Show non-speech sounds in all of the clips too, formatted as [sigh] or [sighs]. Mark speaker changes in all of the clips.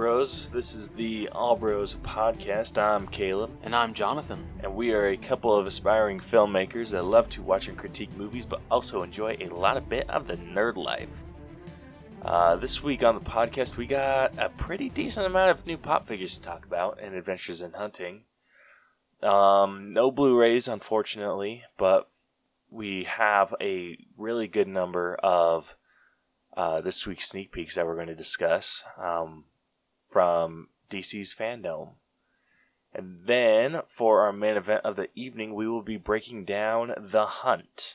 Speaker 1: This is the All Bros podcast. I'm Caleb,
Speaker 2: And I'm Jonathan.
Speaker 1: and we are a couple of aspiring filmmakers that love to watch and critique movies, but also enjoy a lot of bit of the nerd life. Uh, this week on the podcast, we got a pretty decent amount of new pop figures to talk about and adventures in hunting. Um, no Blu-rays, unfortunately, but we have a really good number of uh, this week's sneak peeks that we're going to discuss um, from DC's fandom. And then for our main event of the evening, we will be breaking down The Hunt.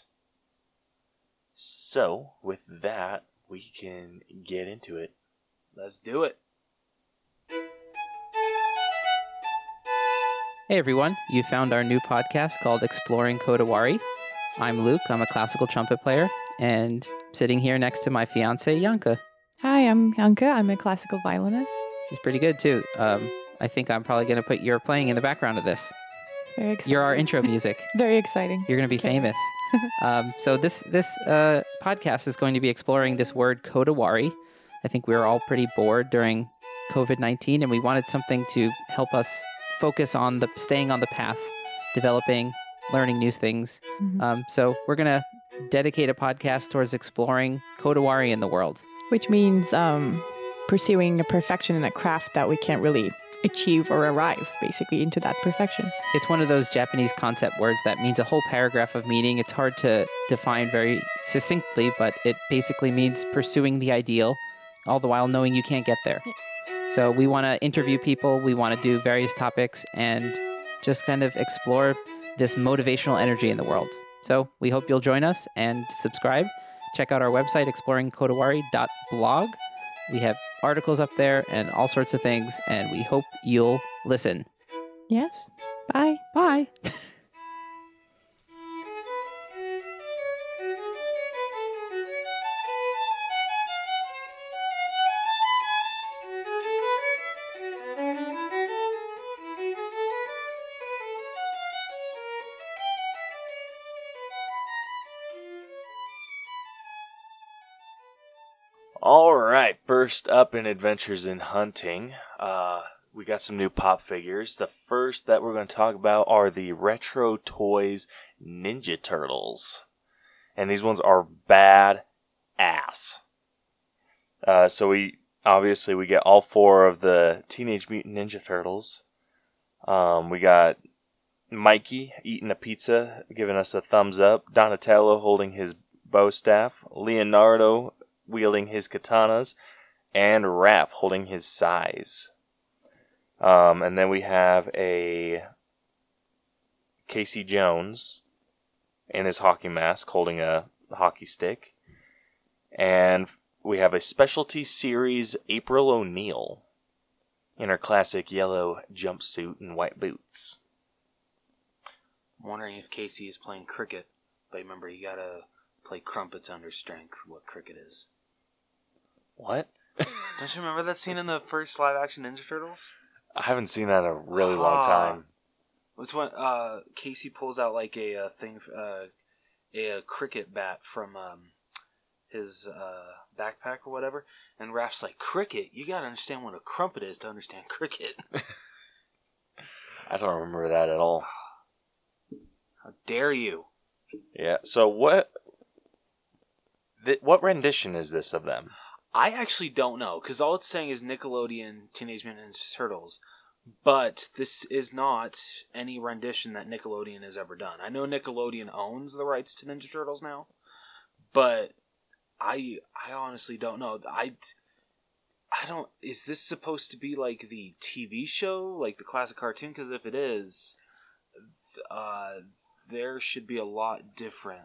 Speaker 1: So, with that, we can get into it.
Speaker 2: Let's do it.
Speaker 3: Hey everyone, you found our new podcast called Exploring Kodawari. I'm Luke, I'm a classical trumpet player, and sitting here next to my fiance, Yanka.
Speaker 4: Hi, I'm Yanka. I'm a classical violinist.
Speaker 3: She's pretty good too. Um, I think I'm probably going to put your playing in the background of this.
Speaker 4: Very exciting.
Speaker 3: You're our intro music.
Speaker 4: Very exciting.
Speaker 3: You're going to be
Speaker 4: Okay. [laughs]
Speaker 3: famous. Um, so this this uh, podcast is going to be exploring this word Kodawari. I think we were all pretty bored during COVID nineteen, and we wanted something to help us focus on the staying on the path, developing, learning new things.
Speaker 4: Mhm.
Speaker 3: Um, so we're gonna dedicate a podcast towards exploring Kodawari in the world.
Speaker 4: Which means um, pursuing a perfection in a craft that we can't really achieve or arrive basically into that perfection.
Speaker 3: It's one of those Japanese concept words that means a whole paragraph of meaning. It's hard to define very succinctly, but it basically means pursuing the ideal, all the while knowing you can't get there. So we want to interview people, we want to do various topics, and just kind of explore this motivational energy in the world. So we hope you'll join us and subscribe. Check out our website, exploringkodawari.blog. We have articles up there and all sorts of things, and we hope you'll listen.
Speaker 4: Yes. Bye.
Speaker 3: Bye.
Speaker 1: All right, first up in Adventures in Hunting, uh, we got some new pop figures. The first that we're going to talk about are the Retro Toys Ninja Turtles, and these ones are bad ass. Uh, so we obviously we get all four of the Teenage Mutant Ninja Turtles. Um, we got Mikey eating a pizza, giving us a thumbs up. Donatello holding his bow staff. Leonardo wielding his katanas, and Raph holding his size. Um, and then we have a Casey Jones in his hockey mask holding a hockey stick. And we have a specialty series April O'Neil in her classic yellow jumpsuit and white boots.
Speaker 2: I'm wondering if Casey is playing cricket, but remember, you gotta play crumpets under string, what cricket is.
Speaker 1: What?
Speaker 2: Don't you remember that scene in the first live action Ninja Turtles?
Speaker 1: I haven't seen that in a really long
Speaker 2: Ah.
Speaker 1: time.
Speaker 2: It's when uh, Casey pulls out like a, uh thing, f- uh, a, uh cricket bat from um, his uh, backpack or whatever, and Raph's like, Cricket? You gotta understand what a crumpet is to understand [laughs] cricket.
Speaker 1: I don't remember that at all.
Speaker 2: How dare you?
Speaker 1: Yeah. So what? Th- what rendition is this of them?
Speaker 2: I actually don't know because all it's saying is Nickelodeon Teenage Mutant Ninja Turtles, but this is not any rendition that Nickelodeon has ever done. I know Nickelodeon owns the rights to Ninja Turtles now, but I I honestly don't know. I I don't. Is this supposed to be like the TV show, like the classic cartoon? Because if it is, th- uh, there should be a lot different.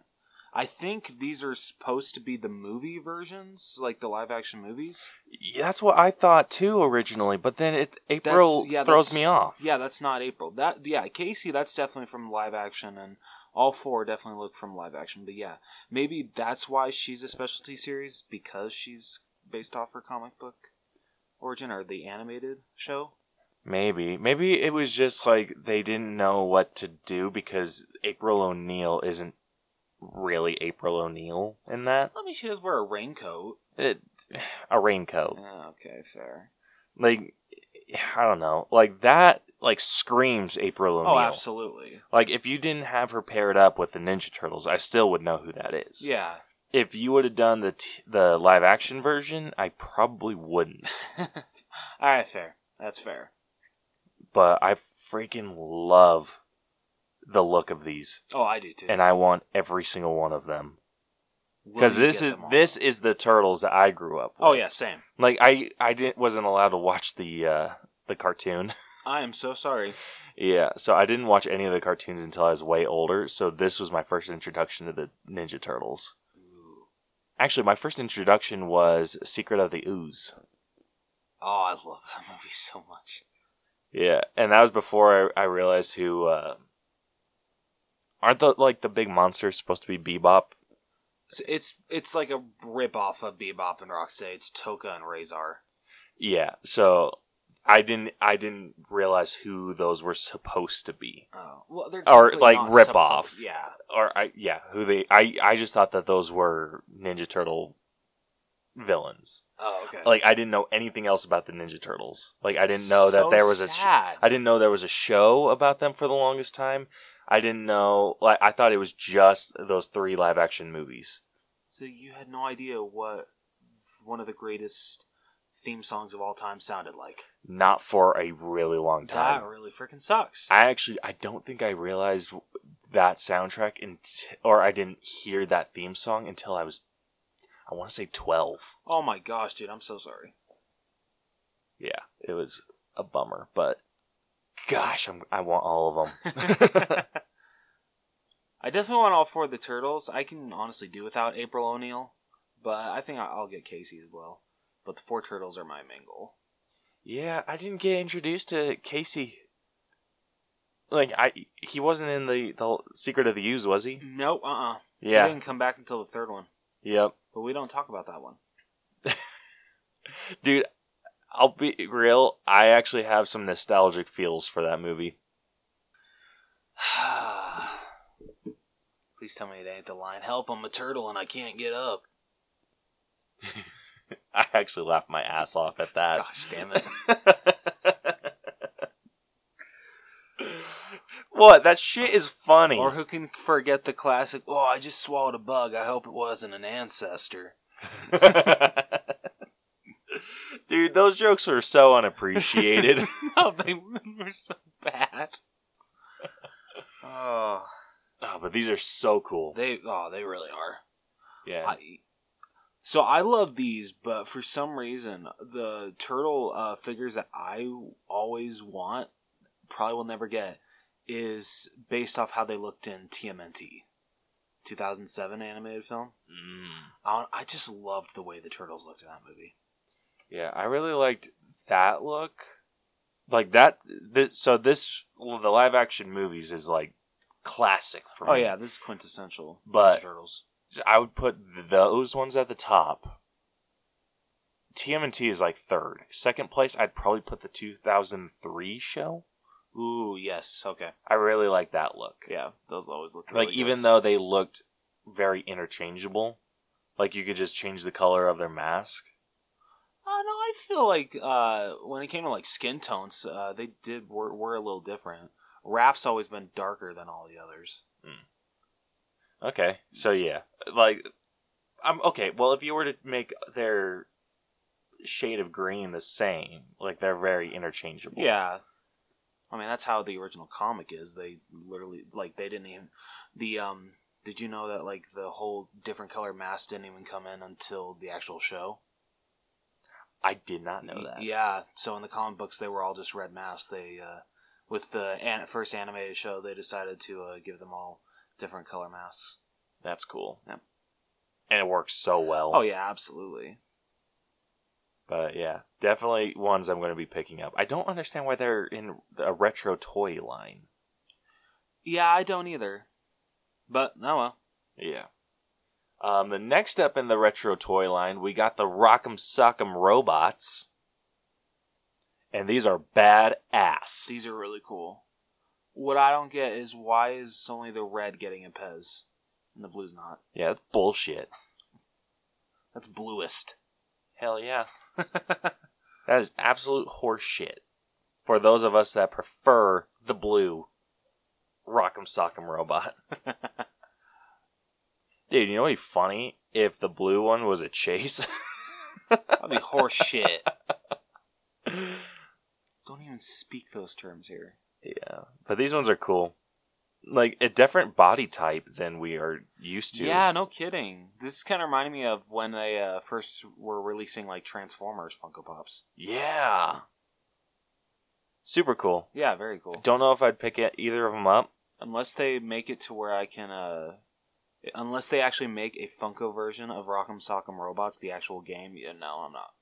Speaker 2: I think these are supposed to be the movie versions, like the live action movies.
Speaker 1: Yeah, that's what I thought too originally, but then it
Speaker 2: That's-
Speaker 1: April
Speaker 2: yeah,
Speaker 1: throws
Speaker 2: that's-
Speaker 1: me off.
Speaker 2: Yeah, that's not April. That yeah, Casey, that's definitely from live action, and all four definitely look from live action. But yeah, maybe that's why she's a specialty series because she's based off her comic book origin or the animated show.
Speaker 1: Maybe, maybe it was just like they didn't know what to do because April O'Neil isn't really April O'Neil in that.
Speaker 2: I mean, she does wear a raincoat.
Speaker 1: It, a raincoat,
Speaker 2: Yeah, okay, fair.
Speaker 1: like I don't know, like that, like screams April O'Neil.
Speaker 2: Oh, absolutely.
Speaker 1: Like if you didn't have her paired up with the Ninja Turtles, I still would know who that is.
Speaker 2: Yeah. [laughs]
Speaker 1: If you would have done the t- the live action version, I probably wouldn't.
Speaker 2: All right, fair. That's fair.
Speaker 1: But I freaking love the look of these,
Speaker 2: Oh, I do too.
Speaker 1: and I want every single one of them
Speaker 2: Will
Speaker 1: because
Speaker 2: you
Speaker 1: this
Speaker 2: get
Speaker 1: is
Speaker 2: them all?
Speaker 1: this is the Turtles that I grew up. with.
Speaker 2: Oh yeah, same.
Speaker 1: like I I didn't wasn't allowed to watch the uh, the cartoon. [laughs]
Speaker 2: I am so sorry.
Speaker 1: yeah, so I didn't watch any of the cartoons until I was way older. So this was my first introduction to the Ninja Turtles.
Speaker 2: Ooh.
Speaker 1: Actually, my first introduction was Secret of the Ooze.
Speaker 2: Oh, I love that [laughs] movie so much.
Speaker 1: Yeah, and that was before I, I realized who. Uh, aren't the like the big monsters supposed to be Bebop?
Speaker 2: So it's it's like a rip off of Bebop and Rocksteady. It's Toka and Razor.
Speaker 1: Yeah, so I didn't I didn't realize who those were supposed to be,
Speaker 2: Oh, well, they're
Speaker 1: Or,
Speaker 2: technically
Speaker 1: like,
Speaker 2: not
Speaker 1: rip
Speaker 2: supposed-
Speaker 1: off.
Speaker 2: Yeah,
Speaker 1: or I yeah who they I I just thought that those were Ninja Turtle villains.
Speaker 2: Oh, okay.
Speaker 1: Like I didn't know anything else about the Ninja Turtles. Like I didn't know that
Speaker 2: So
Speaker 1: there was a. sh-
Speaker 2: sad.
Speaker 1: I didn't know there was a show about them for the longest time. I didn't know like I thought it was just those three live action movies.
Speaker 2: so you had no idea what one of the greatest theme songs of all time sounded like.
Speaker 1: Not for a really long time.
Speaker 2: That really freaking sucks.
Speaker 1: I actually I don't think I realized that soundtrack and or I didn't hear that theme song until I was I want to say 12.
Speaker 2: oh my gosh, dude, I'm so sorry.
Speaker 1: Yeah, it was a bummer, but gosh, I'm, I want all of them.
Speaker 2: I definitely want all four of the turtles. I can honestly do without April O'Neil, but I think I- I'll get Casey as well. But the four turtles are my main goal.
Speaker 1: [laughs] yeah, I didn't get introduced to Casey. Like I he wasn't in the the Secret of the Use, was he?
Speaker 2: No, uh, uh
Speaker 1: Yeah.
Speaker 2: didn't come back until the third one,
Speaker 1: Yep.
Speaker 2: but we don't talk about that one. [sighs]
Speaker 1: Dude, I'll be real, I actually have some nostalgic feels for that movie.
Speaker 2: Please tell me it ain't the line. Help! I'm a turtle and I can't get up.
Speaker 1: [laughs] I actually laughed my ass off at that.
Speaker 2: Gosh damn it!
Speaker 1: [laughs] what? That shit is funny.
Speaker 2: Or who can forget the classic? Oh, I just swallowed a bug. I hope it wasn't an ancestor.
Speaker 1: [laughs] Dude, those jokes are so
Speaker 2: [laughs]
Speaker 1: unappreciated.
Speaker 2: no, they were so bad. [laughs] Oh,
Speaker 1: oh, but these are so cool.
Speaker 2: they oh they really are.
Speaker 1: Yeah.
Speaker 2: I, so I love these, but for some reason, the turtle uh, figures that I always want, probably will never get, is based off how they looked in TMNT, 2007 animated film.
Speaker 1: Mm.
Speaker 2: I, I just loved the way the turtles looked in that movie.
Speaker 1: Yeah, I really liked that look. Like that this, so this well, the live action movies is like classic for
Speaker 2: Oh
Speaker 1: me.
Speaker 2: yeah, this is quintessential.
Speaker 1: But-
Speaker 2: Ninja turtles.
Speaker 1: So I would put those ones at the top. TMNT is like third. Second place, I'd probably put the 2003 show.
Speaker 2: Ooh yes, okay,
Speaker 1: I really like that look.
Speaker 2: yeah, those always looked
Speaker 1: Like,
Speaker 2: really good.
Speaker 1: even though they looked very interchangeable, like you could just change the color of their mask.
Speaker 2: Uh, no, I feel like uh, when it came to like skin tones, uh, they did were, were a little different. Raph's always been darker than all the others.
Speaker 1: Okay. So, yeah. Like, I'm okay. Well, if you were to make their shade of green the same, like they're very interchangeable.
Speaker 2: Yeah, I mean that's how the original comic is. They literally like they didn't even the um. Did you know that like the whole different color mask didn't even come in until the actual show?
Speaker 1: I did not know that.
Speaker 2: Yeah. So in the comic books, they were all just red masks. They uh, with the an- first animated show, they decided to uh, give them all different color masks.
Speaker 1: That's cool.
Speaker 2: Yeah.
Speaker 1: And it works so well.
Speaker 2: Oh yeah, absolutely.
Speaker 1: But yeah, definitely ones I'm going to be picking up. I don't understand why they're in a retro toy line.
Speaker 2: Yeah, I don't either. But no, well.
Speaker 1: Yeah. Um, the next up in the retro toy line, we got the Rock'em Sock'em robots. And these are badass.
Speaker 2: These are really cool. What I don't get is why is only the red getting a Pez and the blue's not?
Speaker 1: Yeah, that's bullshit.
Speaker 2: That's bluest. [laughs]
Speaker 1: Hell yeah. that is absolute horseshit. for those of us that prefer the blue Rock'em Sock'em robot. [laughs] Dude, you know what'd be funny if the blue one was a chase? [laughs]
Speaker 2: That'd be horse shit. Don't even speak those terms here.
Speaker 1: yeah, but these ones are cool. Like a different body type than we are used to.
Speaker 2: Yeah, no kidding. This is kind of reminding me of when they uh, first were releasing like Transformers Funko Pops.
Speaker 1: Yeah. Super cool.
Speaker 2: Yeah, very cool.
Speaker 1: Don't know if I'd pick it, either of them up.
Speaker 2: Unless they make it to where I can, uh, unless they actually make a Funko version of Rock'em Sock'em Robots, the actual game. Yeah, no, I'm not.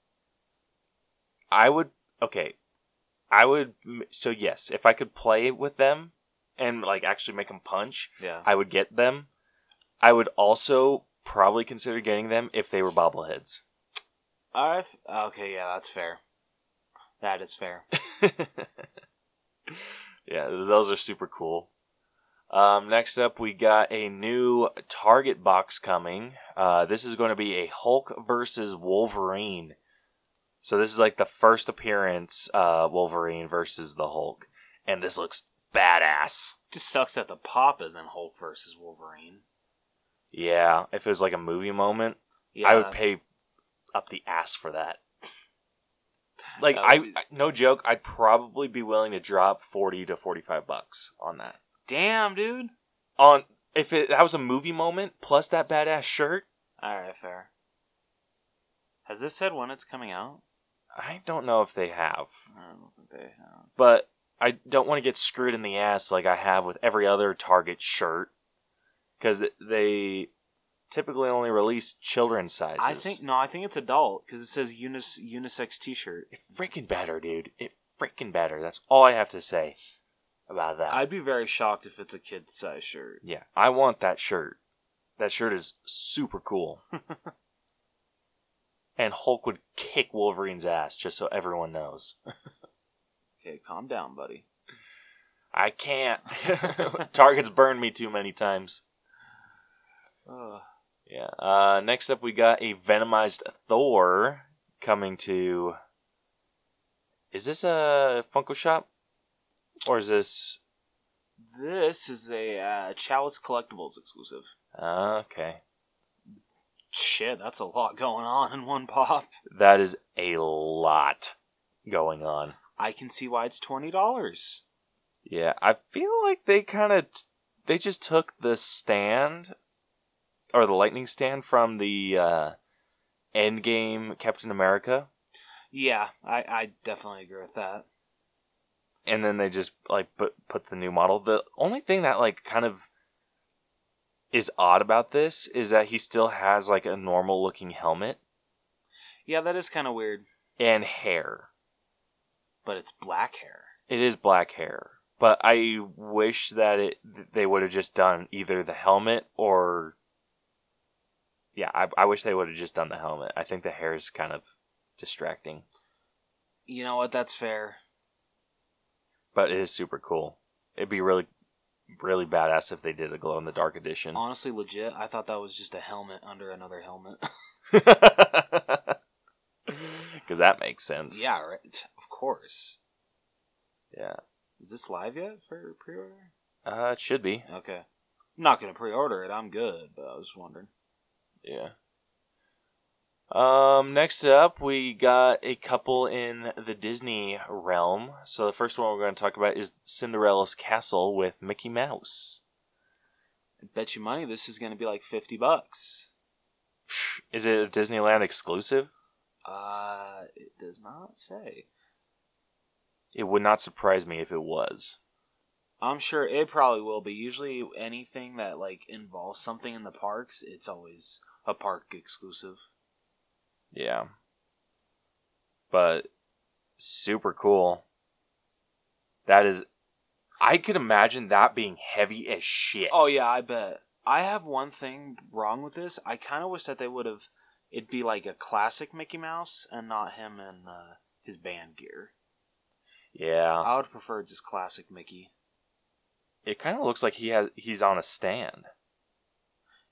Speaker 1: I would. Okay. I would. m- So yes, if I could play with them and like actually make them punch,
Speaker 2: Yeah,
Speaker 1: I would get them. I would also probably consider getting them if they were bobbleheads.
Speaker 2: I f- okay, yeah, that's fair. That is fair. [laughs]
Speaker 1: Yeah, those are super cool. Um, next up, we got a new target box coming. Uh, this is going to be a Hulk versus Wolverine. So this is like the first appearance, uh, Wolverine versus the Hulk, and this looks badass.
Speaker 2: Just sucks that the pop is in Hulk versus Wolverine.
Speaker 1: Yeah, if it was like a movie moment,
Speaker 2: Yeah,
Speaker 1: I would pay up the ass for
Speaker 2: [sighs]
Speaker 1: that. Like
Speaker 2: That
Speaker 1: I,
Speaker 2: would be-
Speaker 1: I- no joke, I'd probably be willing to drop forty to forty-five bucks on that.
Speaker 2: Damn, dude.
Speaker 1: On if it that was a movie moment plus that badass shirt,
Speaker 2: All right, fair. Has this said when it's coming out?
Speaker 1: I don't know if they have,
Speaker 2: I don't think they have.
Speaker 1: but I don't want to get screwed in the ass like I have with every other Target shirt because they typically only release children's sizes.
Speaker 2: I think no. I think it's adult because it says unis, unisex T-shirt.
Speaker 1: it freaking better, dude. It freaking better. That's all I have to say about that.
Speaker 2: I'd be very shocked if it's a kid size shirt.
Speaker 1: Yeah, I want that shirt. That shirt is super cool. and Hulk would kick Wolverine's ass, just so everyone knows.
Speaker 2: Okay, calm down, buddy.
Speaker 1: I can't. [laughs] Targets burned me too many times.
Speaker 2: Ugh.
Speaker 1: Yeah. Uh, next up, we got a Venomized Thor coming to. Is this a Funko Shop? Or is this.
Speaker 2: This is a uh, Chalice Collectibles exclusive.
Speaker 1: Uh, okay.
Speaker 2: Shit, that's a lot going on in one pop.
Speaker 1: That is a lot going on.
Speaker 2: I can see why it's twenty dollars.
Speaker 1: Yeah, I feel like they kind of they just took the stand or the lightning stand from the uh, Endgame Captain America,
Speaker 2: Yeah, I, I definitely agree with that.
Speaker 1: and then they just like put put the new model. The only thing that like kind of is odd about this is that he still has like a normal looking helmet
Speaker 2: Yeah, that is kind of weird,
Speaker 1: and hair.
Speaker 2: but it's black hair.
Speaker 1: It is black hair, but I wish that it they would have just done either the helmet or yeah, I, I wish they would have just done the helmet. I think the hair is kind of distracting,
Speaker 2: You know what? That's fair.
Speaker 1: but it is super cool. It'd be really really badass if they did a glow in the dark edition. [laughs]
Speaker 2: Honestly, legit, I thought that was just a helmet under another helmet. [laughs]
Speaker 1: Because that makes sense.
Speaker 2: yeah, right. Of course.
Speaker 1: Yeah.
Speaker 2: Is this live yet for pre-order?
Speaker 1: Uh, it should be.
Speaker 2: Okay. I'm not gonna pre-order it. I'm good, but I was wondering.
Speaker 1: Yeah. Um, next up, we got a couple in the Disney realm. So the first one we're going to talk about is Cinderella's Castle with Mickey Mouse. [sighs]
Speaker 2: I bet you money this is gonna be like fifty bucks.
Speaker 1: Is it a Disneyland exclusive?
Speaker 2: Uh, it does not say.
Speaker 1: It would not surprise me if it was.
Speaker 2: I'm sure it probably will be. Usually, anything that like involves something in the parks, it's always a park exclusive.
Speaker 1: Yeah. But super cool. That is I could imagine that being heavy as shit.
Speaker 2: Oh yeah, I bet. I have one thing wrong with this. I kind of wish that they would have. It'd be like a classic Mickey Mouse and not him in uh, his band gear.
Speaker 1: Yeah.
Speaker 2: I would prefer just classic Mickey.
Speaker 1: It kind of looks like he has he's on a stand.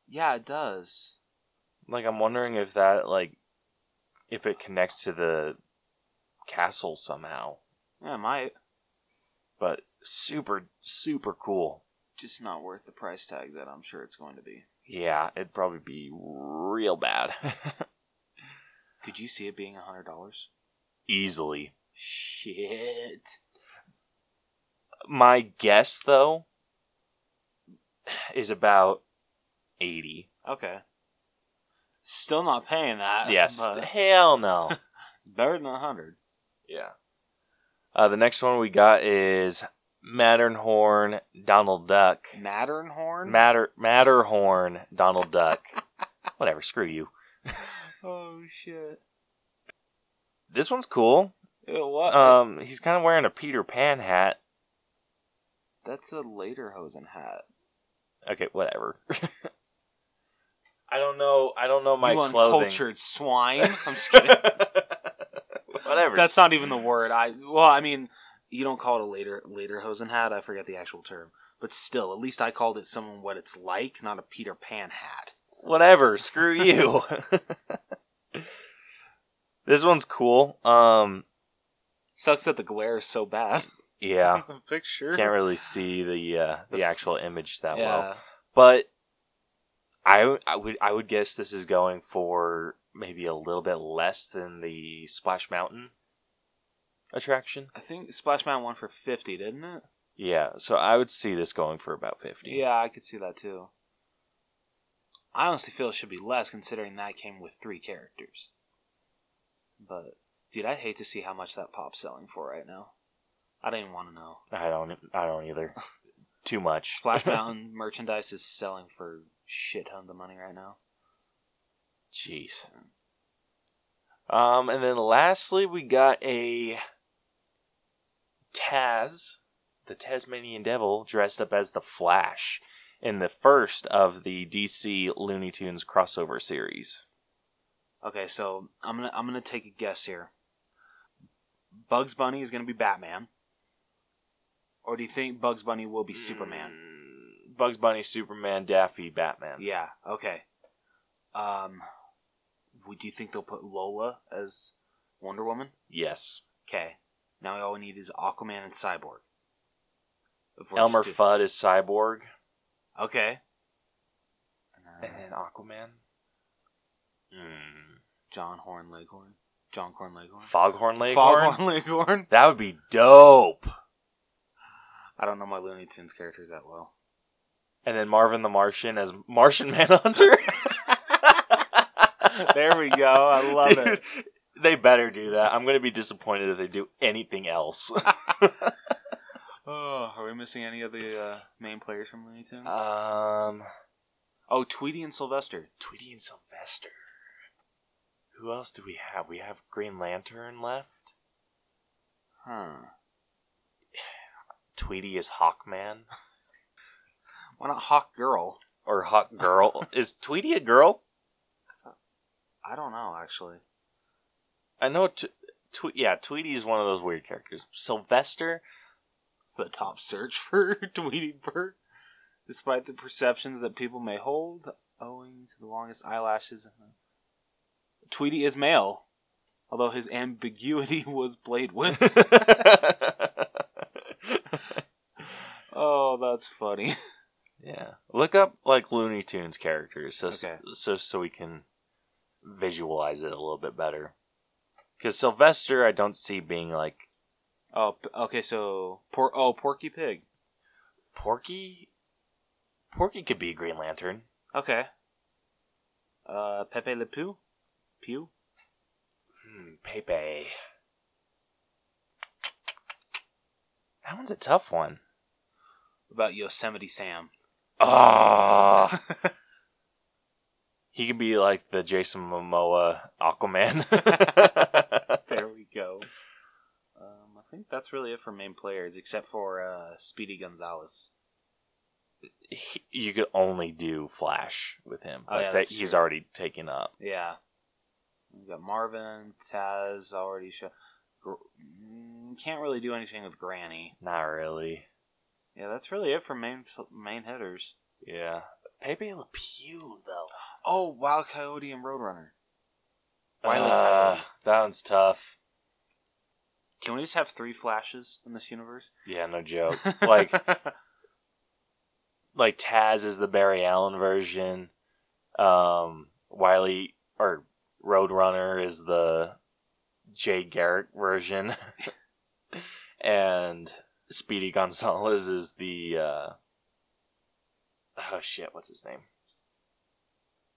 Speaker 2: Yeah, it does.
Speaker 1: Like I'm wondering if that like if it connects to the castle somehow.
Speaker 2: Yeah, it might.
Speaker 1: but super super cool.
Speaker 2: Just not worth the price tag that I'm sure it's going to be.
Speaker 1: Yeah, it'd probably be real bad. [laughs]
Speaker 2: Could you see it being a hundred dollars?
Speaker 1: Easily.
Speaker 2: Shit.
Speaker 1: My guess though is about
Speaker 2: [laughs]
Speaker 1: 80.
Speaker 2: Okay. Still not paying that.
Speaker 1: yes.
Speaker 2: but
Speaker 1: [laughs]
Speaker 2: it's
Speaker 1: Hell
Speaker 2: [laughs]
Speaker 1: no.
Speaker 2: better than a hundred.
Speaker 1: yeah. Uh, the next one we got is Matterhorn Donald Duck.
Speaker 2: Matterhorn.
Speaker 1: Matter Matterhorn Donald
Speaker 2: [laughs]
Speaker 1: Duck. Whatever, screw you.
Speaker 2: oh shit.
Speaker 1: This one's cool.
Speaker 2: Ew, what?
Speaker 1: Um, he's kind of wearing a Peter Pan hat.
Speaker 2: That's a later hosen hat.
Speaker 1: Okay, whatever. [laughs] I don't know. I don't know my
Speaker 2: you
Speaker 1: clothing. [laughs]
Speaker 2: uncultured swine. I'm just kidding.
Speaker 1: whatever.
Speaker 2: That's not even the word. I well, I mean, you don't call it a later later hosen hat. I forget the actual term, but still, at least I called it someone what it's like, not a Peter Pan hat.
Speaker 1: whatever. Screw you. [laughs] this one's cool. Um,
Speaker 2: Sucks that the glare is so bad.
Speaker 1: yeah,
Speaker 2: [laughs] Picture.
Speaker 1: can't really see the uh, the
Speaker 2: The f-
Speaker 1: actual image that
Speaker 2: yeah.
Speaker 1: well, but I I would I would guess this is going for maybe a little bit less than the Splash Mountain attraction.
Speaker 2: I think Splash Mountain won for fifty, didn't it?
Speaker 1: Yeah, so I would see this going for about fifty.
Speaker 2: Yeah, I could see that too. I honestly feel it should be less considering that came with three characters. But dude, I'd hate to see how much that pop's selling for right now. I don't even want to know.
Speaker 1: I don't. I don't either. Too much.
Speaker 2: Splash Mountain merchandise is selling for shit tons of money right now.
Speaker 1: Jeez. Um, and then lastly, we got a Taz, the Tasmanian Devil, dressed up as the Flash in the first of the DC Looney Tunes crossover series.
Speaker 2: Okay, so I'm gonna I'm gonna take a guess here. Bugs Bunny is gonna be Batman, or do you think Bugs Bunny will
Speaker 1: Hmm.
Speaker 2: be Superman?
Speaker 1: Mm, Bugs Bunny, Superman, Daffy, Batman.
Speaker 2: Yeah. Okay. Um, would you think they'll put Lola as Wonder Woman?
Speaker 1: Yes.
Speaker 2: Okay. Now all we need is Aquaman and Cyborg. If we're
Speaker 1: Elmer
Speaker 2: just do-
Speaker 1: Fudd is Cyborg,
Speaker 2: Okay. Uh,
Speaker 1: and then Aquaman. Mm.
Speaker 2: John Horn Leghorn. John Corn Leghorn.
Speaker 1: Foghorn Leghorn.
Speaker 2: Foghorn [laughs] Leghorn.
Speaker 1: That would be dope.
Speaker 2: I don't know my Looney Tunes characters that well.
Speaker 1: and then Marvin the Martian as Martian [laughs] Manhunter.
Speaker 2: There we go.
Speaker 1: Oh, [laughs]
Speaker 2: I love it.
Speaker 1: Dude, They better do that. I'm going to be disappointed if they do anything else. [laughs]
Speaker 2: Oh, are we missing any of the uh, main players from Looney Tunes?
Speaker 1: um,
Speaker 2: oh, Tweety and Sylvester.
Speaker 1: Tweety and Sylvester. Who else do we have? We have Green Lantern left.
Speaker 2: Huh.
Speaker 1: Tweety is Hawkman
Speaker 2: Why not Hawk Girl?
Speaker 1: or Hawk Girl. [laughs] is Tweety a girl?
Speaker 2: I don't know, actually.
Speaker 1: I know. T- Twe- yeah, Tweety is one of those weird characters. [laughs] Sylvester.
Speaker 2: It's the top search [laughs] for Tweety Bird. Despite the perceptions that people may hold, owing to the longest eyelashes. Tweety is male, although his ambiguity [laughs] was played
Speaker 1: [laughs]
Speaker 2: with. oh, that's funny. [laughs]
Speaker 1: Yeah. Look up like Looney Tunes characters so
Speaker 2: Okay.
Speaker 1: so so we can visualize it a little bit better. Cuz Sylvester I don't see being like
Speaker 2: Oh, p- okay, so. Por- oh, Porky Pig.
Speaker 1: Porky Porky could be a Green Lantern.
Speaker 2: Okay. Uh, Pepe Le Pew? Pew?
Speaker 1: Hmm, Pepe. That one's a tough one.
Speaker 2: About Yosemite Sam.
Speaker 1: Ah. [laughs] he could be like the Jason Momoa [laughs] Aquaman.
Speaker 2: There we go. Um, I think that's really it for main players, except for uh, Speedy Gonzalez.
Speaker 1: he, you could only do Flash with him.
Speaker 2: Oh,
Speaker 1: Like,
Speaker 2: yeah,
Speaker 1: that
Speaker 2: that's
Speaker 1: he's
Speaker 2: true.
Speaker 1: already taken up.
Speaker 2: Yeah. We got Marvin, Taz already. Show- Gr- mm, can't really do anything with Granny.
Speaker 1: Not really.
Speaker 2: Yeah, that's really it for main f- main hitters.
Speaker 1: Yeah. Pepe Le Pew though.
Speaker 2: Oh, Wild Coyote and Roadrunner.
Speaker 1: Why uh,
Speaker 2: Wily Coyote.
Speaker 1: that one's tough.
Speaker 2: Can we just have three flashes in this universe?
Speaker 1: Yeah, no joke. like like Taz is the Barry Allen version. Um, Wiley or Roadrunner is the Jay Garrick version, [laughs] and Speedy Gonzalez is the uh, oh shit, what's his name?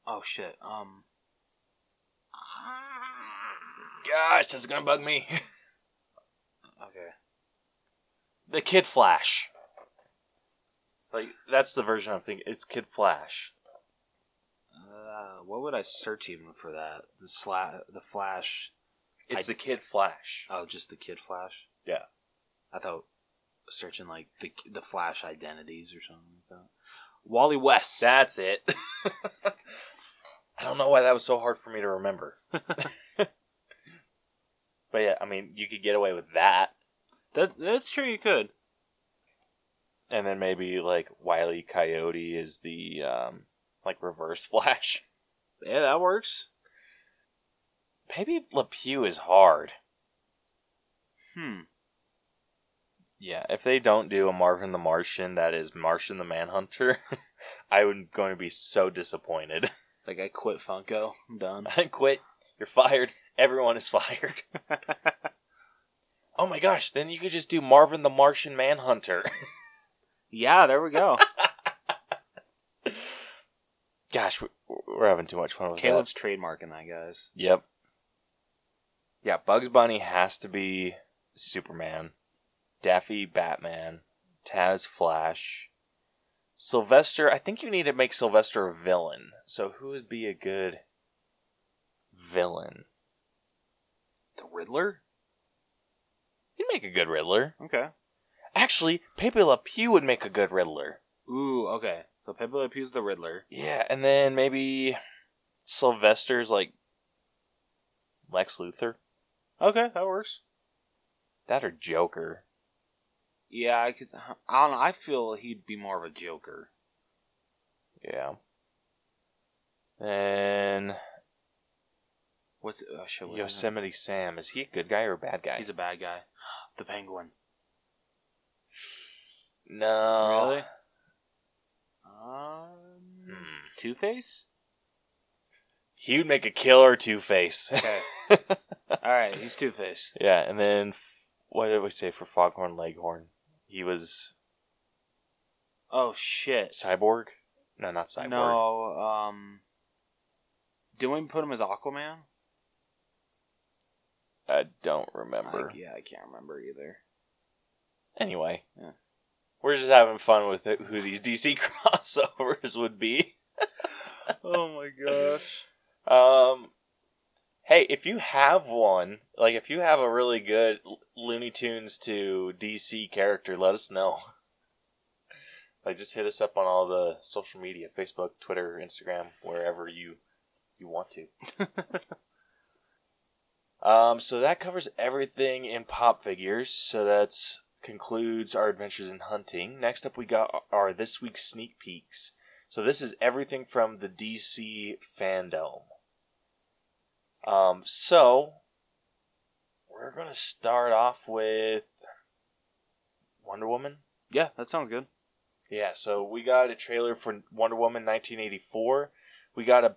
Speaker 2: oh shit. Um,
Speaker 1: Gosh, that's gonna bug me.
Speaker 2: [laughs] okay.
Speaker 1: the Kid Flash. Like that's the version I'm thinking. It's Kid Flash.
Speaker 2: Uh, what would I search even for that? The sla- the Flash.
Speaker 1: It's the Kid Flash.
Speaker 2: Oh, just the Kid Flash.
Speaker 1: Yeah.
Speaker 2: I thought searching like the the Flash identities or something like that. Wally West.
Speaker 1: That's it. [laughs] I don't know why that was so hard for me to [laughs] remember. but yeah, I mean, you could get away with that,
Speaker 2: That- that's true. You could.
Speaker 1: and then maybe like Wiley Coyote is the um, like Reverse [laughs] Flash.
Speaker 2: Yeah, that works.
Speaker 1: Maybe Lepew is hard.
Speaker 2: Hmm.
Speaker 1: Yeah, if they don't do a Marvin the Martian that is Martian the Manhunter, [laughs] I'm going to be so disappointed.
Speaker 2: It's like I quit Funko. I'm done.
Speaker 1: [laughs] I quit. You're fired. Everyone is fired. [laughs] oh my gosh, then you could just do Marvin the Martian Manhunter. [laughs]
Speaker 2: yeah, there we go.
Speaker 1: Gosh, we- we're having too much fun with
Speaker 2: Caleb's trademarking that, guys.
Speaker 1: that. Yep. Yeah, Bugs Bunny has to be Superman, Daffy Batman, Taz Flash, Sylvester. I think you need to make Sylvester a villain. So who would be a good villain?
Speaker 2: The Riddler.
Speaker 1: He'd make a good Riddler.
Speaker 2: Okay.
Speaker 1: Actually, Pepe Le Pew would make a good Riddler.
Speaker 2: Ooh. Okay. So Pepe Le Pew's the Riddler.
Speaker 1: Yeah, and then maybe Sylvester's like Lex Luthor.
Speaker 2: Okay, that works.
Speaker 1: That or Joker.
Speaker 2: Yeah, I could. I don't know. I feel he'd be more of a Joker.
Speaker 1: Yeah. And
Speaker 2: What's oh shit? what's his name?
Speaker 1: Yosemite Sam, is he a good guy or a bad guy?
Speaker 2: He's a bad guy. [gasps] The Penguin.
Speaker 1: no.
Speaker 2: Really? Um,
Speaker 1: Uh, Hmm.
Speaker 2: Two Face.
Speaker 1: He would make a killer Two Face.
Speaker 2: [laughs] Okay. All right, he's Two Face.
Speaker 1: [laughs] yeah, and then f- what did we say for Foghorn Leghorn? He was
Speaker 2: Oh shit.
Speaker 1: cyborg. No, not cyborg.
Speaker 2: No. Um. Do we put him as Aquaman?
Speaker 1: I don't
Speaker 2: I-
Speaker 1: remember.
Speaker 2: yeah, I can't remember either.
Speaker 1: Anyway,
Speaker 2: Yeah.
Speaker 1: we're just having fun with it, who these DC [laughs] crossovers would be.
Speaker 2: [laughs] oh my gosh.
Speaker 1: Um, hey, if you have one, like if you have a really good L- Looney Tunes to DC character, let us know. Like, just hit us up on all the social media: Facebook, Twitter, Instagram, wherever you you want to. um, so that covers everything in pop figures. So that's concludes our adventures in hunting. Next up, we got our this week's sneak peeks. So this is everything from the DC fandom. Um, so we're gonna start off with Wonder Woman.
Speaker 2: Yeah, that sounds good.
Speaker 1: Yeah, so we got a trailer for Wonder Woman 1984. We got a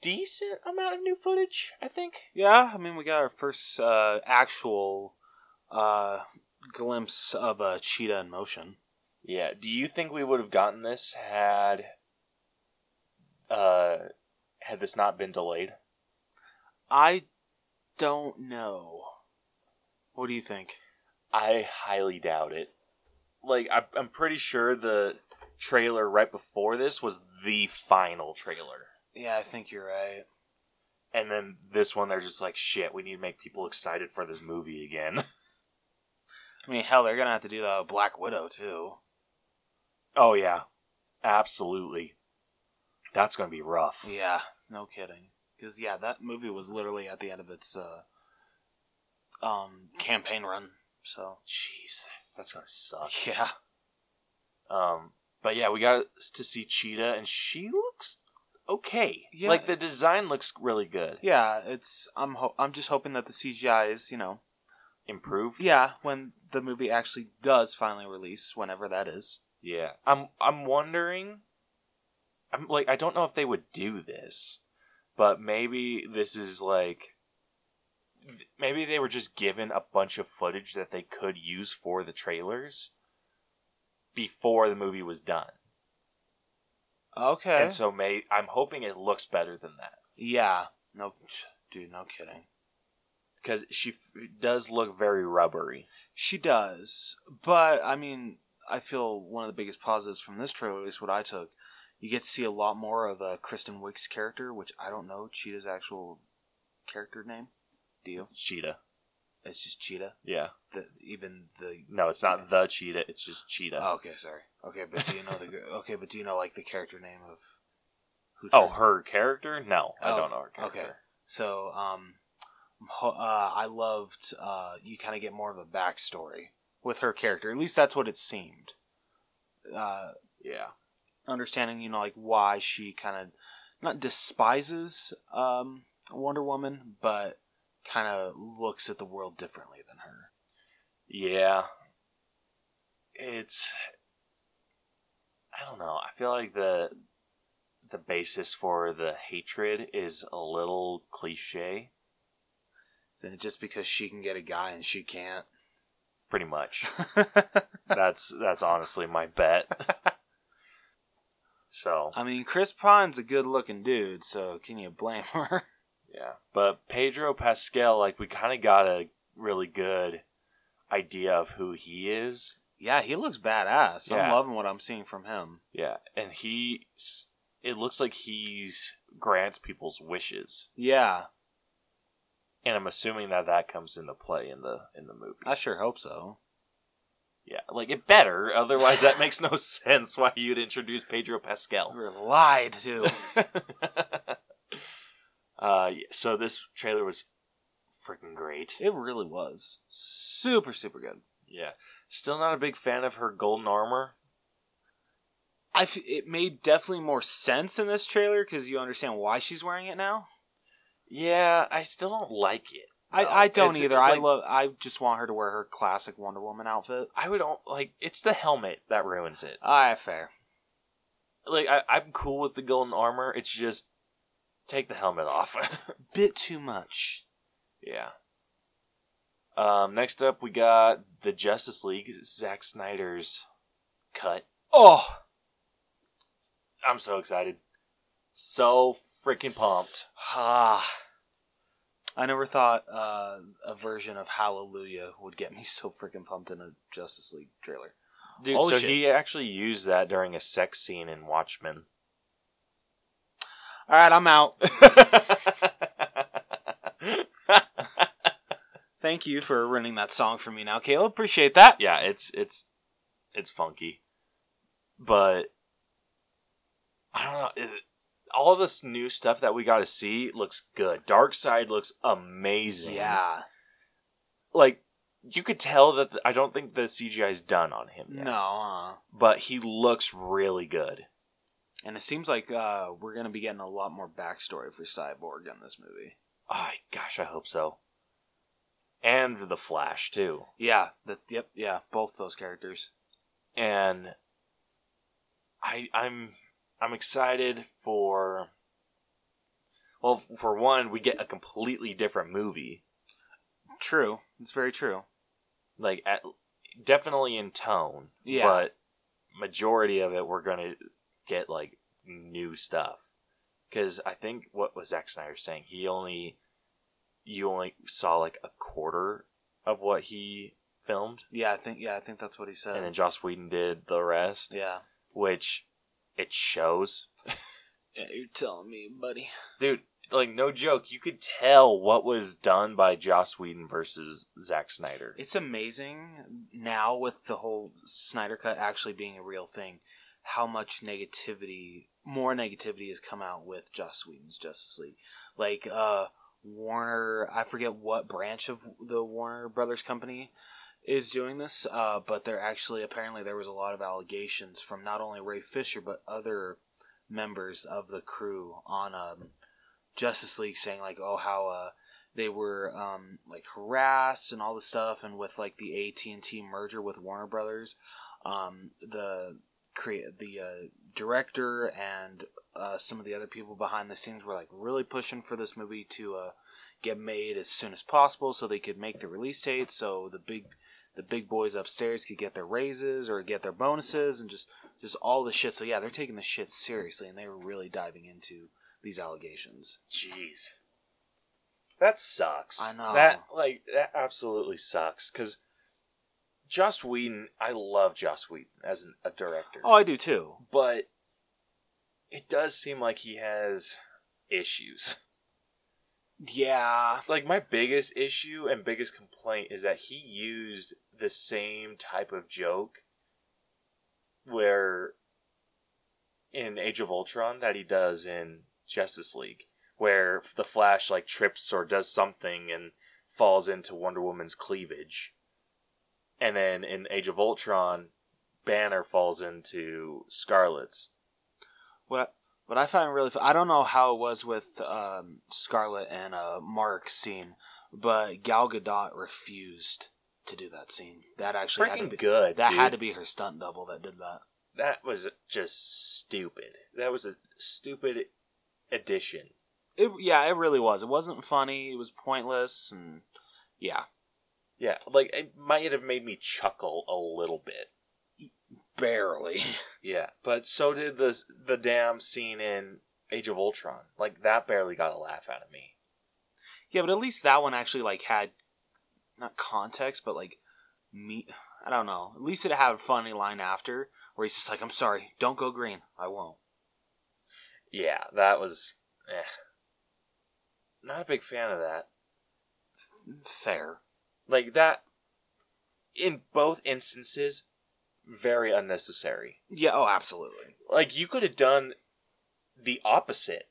Speaker 1: decent amount of new footage, I think.
Speaker 2: Yeah, I mean, we got our first uh, actual uh, glimpse of a cheetah in motion.
Speaker 1: Yeah. Do you think we would have gotten this had uh had this not been delayed?
Speaker 2: I don't know. What do you think?
Speaker 1: I highly doubt it. Like, I, I'm pretty sure the trailer right before this was the final trailer.
Speaker 2: Yeah, I think you're right.
Speaker 1: And then this one, they're just like, shit, we need to make people excited for this movie again. [laughs]
Speaker 2: I mean, hell, they're gonna have to do the Black Widow too.
Speaker 1: oh, yeah. Absolutely. That's going to be rough.
Speaker 2: Yeah, no kidding. Because yeah, that movie was literally at the end of its uh, um, campaign run. So
Speaker 1: Jeez. That's going to suck.
Speaker 2: yeah,
Speaker 1: Um, but yeah, we got to see Cheetah, and she looks okay.
Speaker 2: Yeah.
Speaker 1: Like, the design looks really good.
Speaker 2: yeah. It's I'm ho- I'm just hoping that the CGI is you know
Speaker 1: improved.
Speaker 2: Yeah, when the movie actually does finally release, whenever that is.
Speaker 1: Yeah. I'm I'm wondering I'm like I don't know if they would do this, but maybe this is like maybe they were just given a bunch of footage that they could use for the trailers before the movie was done.
Speaker 2: Okay.
Speaker 1: And so may I'm hoping it looks better than that
Speaker 2: yeah. No, dude, no kidding.
Speaker 1: cuz she f- does look very rubbery.
Speaker 2: She does, but I mean, I feel one of the biggest positives from this trailer, at least what I took, you get to see a lot more of uh, Kristen Wiig's character, which I don't know Cheetah's actual character name. Do you?
Speaker 1: Cheetah.
Speaker 2: It's just Cheetah.
Speaker 1: Yeah.
Speaker 2: The, even the
Speaker 1: No, it's not the cheetah, it's just cheetah.
Speaker 2: Oh, okay, sorry. Okay, but do you know the gir- [laughs] okay? But do you know like the character name of who?
Speaker 1: Oh,
Speaker 2: turned-
Speaker 1: her character? No, I
Speaker 2: Oh,
Speaker 1: don't know her character.
Speaker 2: okay. So, um, ho- uh, I loved. Uh, you kind of get more of a backstory with her character. At least that's what it seemed. Uh,
Speaker 1: Yeah.
Speaker 2: understanding, you know, like why she kind of not despises um, Wonder Woman, but kind of looks at the world differently than her.
Speaker 1: Yeah. It's I don't know. I feel like the the basis for the hatred is a little cliche,
Speaker 2: And it's just because she can get a guy and she can't.
Speaker 1: pretty much. that's that's honestly my bet. so
Speaker 2: I mean, Chris Pine's a good looking dude, so can you blame [laughs] her?
Speaker 1: Yeah. But Pedro Pascal, like we kinda got a really good idea of who he is.
Speaker 2: yeah, he looks badass. I'm
Speaker 1: Yeah.
Speaker 2: loving what I'm seeing from him.
Speaker 1: Yeah, and he s- it looks like he's grants people's wishes.
Speaker 2: Yeah,
Speaker 1: And I'm assuming that that comes into play in the in the movie.
Speaker 2: I sure hope so.
Speaker 1: Yeah, like it better, otherwise that makes no [laughs] sense why you'd introduce Pedro
Speaker 2: We
Speaker 1: Pascal.
Speaker 2: were lied to.
Speaker 1: uh so this trailer was freaking great.
Speaker 2: it really was super, super good.
Speaker 1: Yeah. Still not a big fan of her golden armor.
Speaker 2: I f- it made definitely more sense in this trailer because you understand why she's wearing it now.
Speaker 1: Yeah, I still don't like it.
Speaker 2: I,
Speaker 1: No,
Speaker 2: I don't
Speaker 1: Uh, it's-
Speaker 2: either. I
Speaker 1: like-
Speaker 2: love. I just want her to wear her classic Wonder Woman outfit.
Speaker 1: I would al- like it's the helmet that ruins it.
Speaker 2: Ah, fair.
Speaker 1: like I, I'm cool with the golden armor. It's just take the helmet off. [laughs]
Speaker 2: Bit too much.
Speaker 1: yeah. Um. Next up, we got the Justice League. Zack Snyder's cut.
Speaker 2: Oh,
Speaker 1: I'm so excited. So freaking pumped.
Speaker 2: Ah. I never thought uh, a version of Hallelujah would get me [laughs] so freaking pumped in a Justice League trailer.
Speaker 1: Dude,
Speaker 2: Holy
Speaker 1: so
Speaker 2: shit.
Speaker 1: he actually used that during a sex scene in [laughs] Watchmen.
Speaker 2: All right, I'm out. [laughs] Thank you for running that song for me now, Caleb. Appreciate that.
Speaker 1: yeah, it's it's it's funky, but I don't know. It, all this new stuff that we got to see looks good. Dark Side looks amazing.
Speaker 2: Yeah.
Speaker 1: like you could tell that the, I don't think the CGI is done on him yet,
Speaker 2: No. Uh,
Speaker 1: but he looks really good.
Speaker 2: and it seems like uh, we're going to be getting a lot more backstory for Cyborg in this movie.
Speaker 1: Oh, gosh, I hope so. And the Flash too,
Speaker 2: Yeah. That. Yep. Yeah. Both those characters.
Speaker 1: and I I'm I'm excited for. Well, for one, we get a completely different movie.
Speaker 2: True. It's very true.
Speaker 1: like at, definitely in tone
Speaker 2: Yeah.
Speaker 1: but majority of it we're gonna get like new stuff because i think what was Zack snyder saying he only you only saw like a quarter of what he filmed
Speaker 2: Yeah. I think. Yeah. I think that's what he said.
Speaker 1: and then joss whedon did the rest
Speaker 2: yeah.
Speaker 1: which it shows
Speaker 2: Yeah. You're telling me, buddy.
Speaker 1: dude like no joke you could tell what was done by joss whedon versus Zack snyder
Speaker 2: It's amazing now with the whole Snyder Cut actually being a real thing, how much negativity, more negativity has come out with Joss Whedon's Justice League. Like, uh, Warner, I forget what branch of the Warner Brothers company is doing this, uh, but they're actually, apparently, there was a lot of allegations from not only Ray Fisher, but other members of the crew on um, Justice League saying, like, oh, how, uh, They were um, like harassed and all this stuff, and with like the AT and T merger with Warner Brothers, um, the create the uh, director and uh, some of the other people behind the scenes were like really pushing for this movie to uh, get made as soon as possible so they could make the release date so the big the big boys upstairs could get their raises or get their bonuses and just just all the shit so yeah they're taking the shit seriously and they were really diving into these allegations
Speaker 1: Jeez. That sucks.
Speaker 2: I know.
Speaker 1: That like that absolutely sucks cuz Joss Whedon, I love Joss Whedon as an, a director.
Speaker 2: oh i do too
Speaker 1: But it does seem like he has issues.
Speaker 2: yeah
Speaker 1: Like my biggest issue and biggest complaint is that he used the same type of joke where in Age of Ultron that he does in Justice League, where the Flash like trips or does something and falls into Wonder Woman's cleavage. And then in Age of Ultron, Banner falls into Scarlet's.
Speaker 2: what what i find really fu- i don't know how it was with um, scarlett and uh, mark scene but gal gadot refused to do that scene that actually had to
Speaker 1: Freaking
Speaker 2: be
Speaker 1: good,
Speaker 2: that
Speaker 1: dude.
Speaker 2: had to be her stunt double that did that
Speaker 1: That was just stupid. That was a stupid addition.
Speaker 2: It, yeah, it really was. It wasn't funny. It was pointless, and yeah,
Speaker 1: Yeah, like it might have made me chuckle a little bit.
Speaker 2: barely.
Speaker 1: Yeah, but so did the the damn scene in Age of Ultron. Like that barely got a laugh out of me.
Speaker 2: [laughs] yeah, but at least that one actually like had not context, but like me. I don't know. At least it had a funny line after where he's just like, "I'm sorry, don't go green. I won't."
Speaker 1: Yeah, that was eh. not a big fan of that.
Speaker 2: Fair.
Speaker 1: Like that in both instances very unnecessary.
Speaker 2: Yeah. Oh, absolutely.
Speaker 1: like you could have done the opposite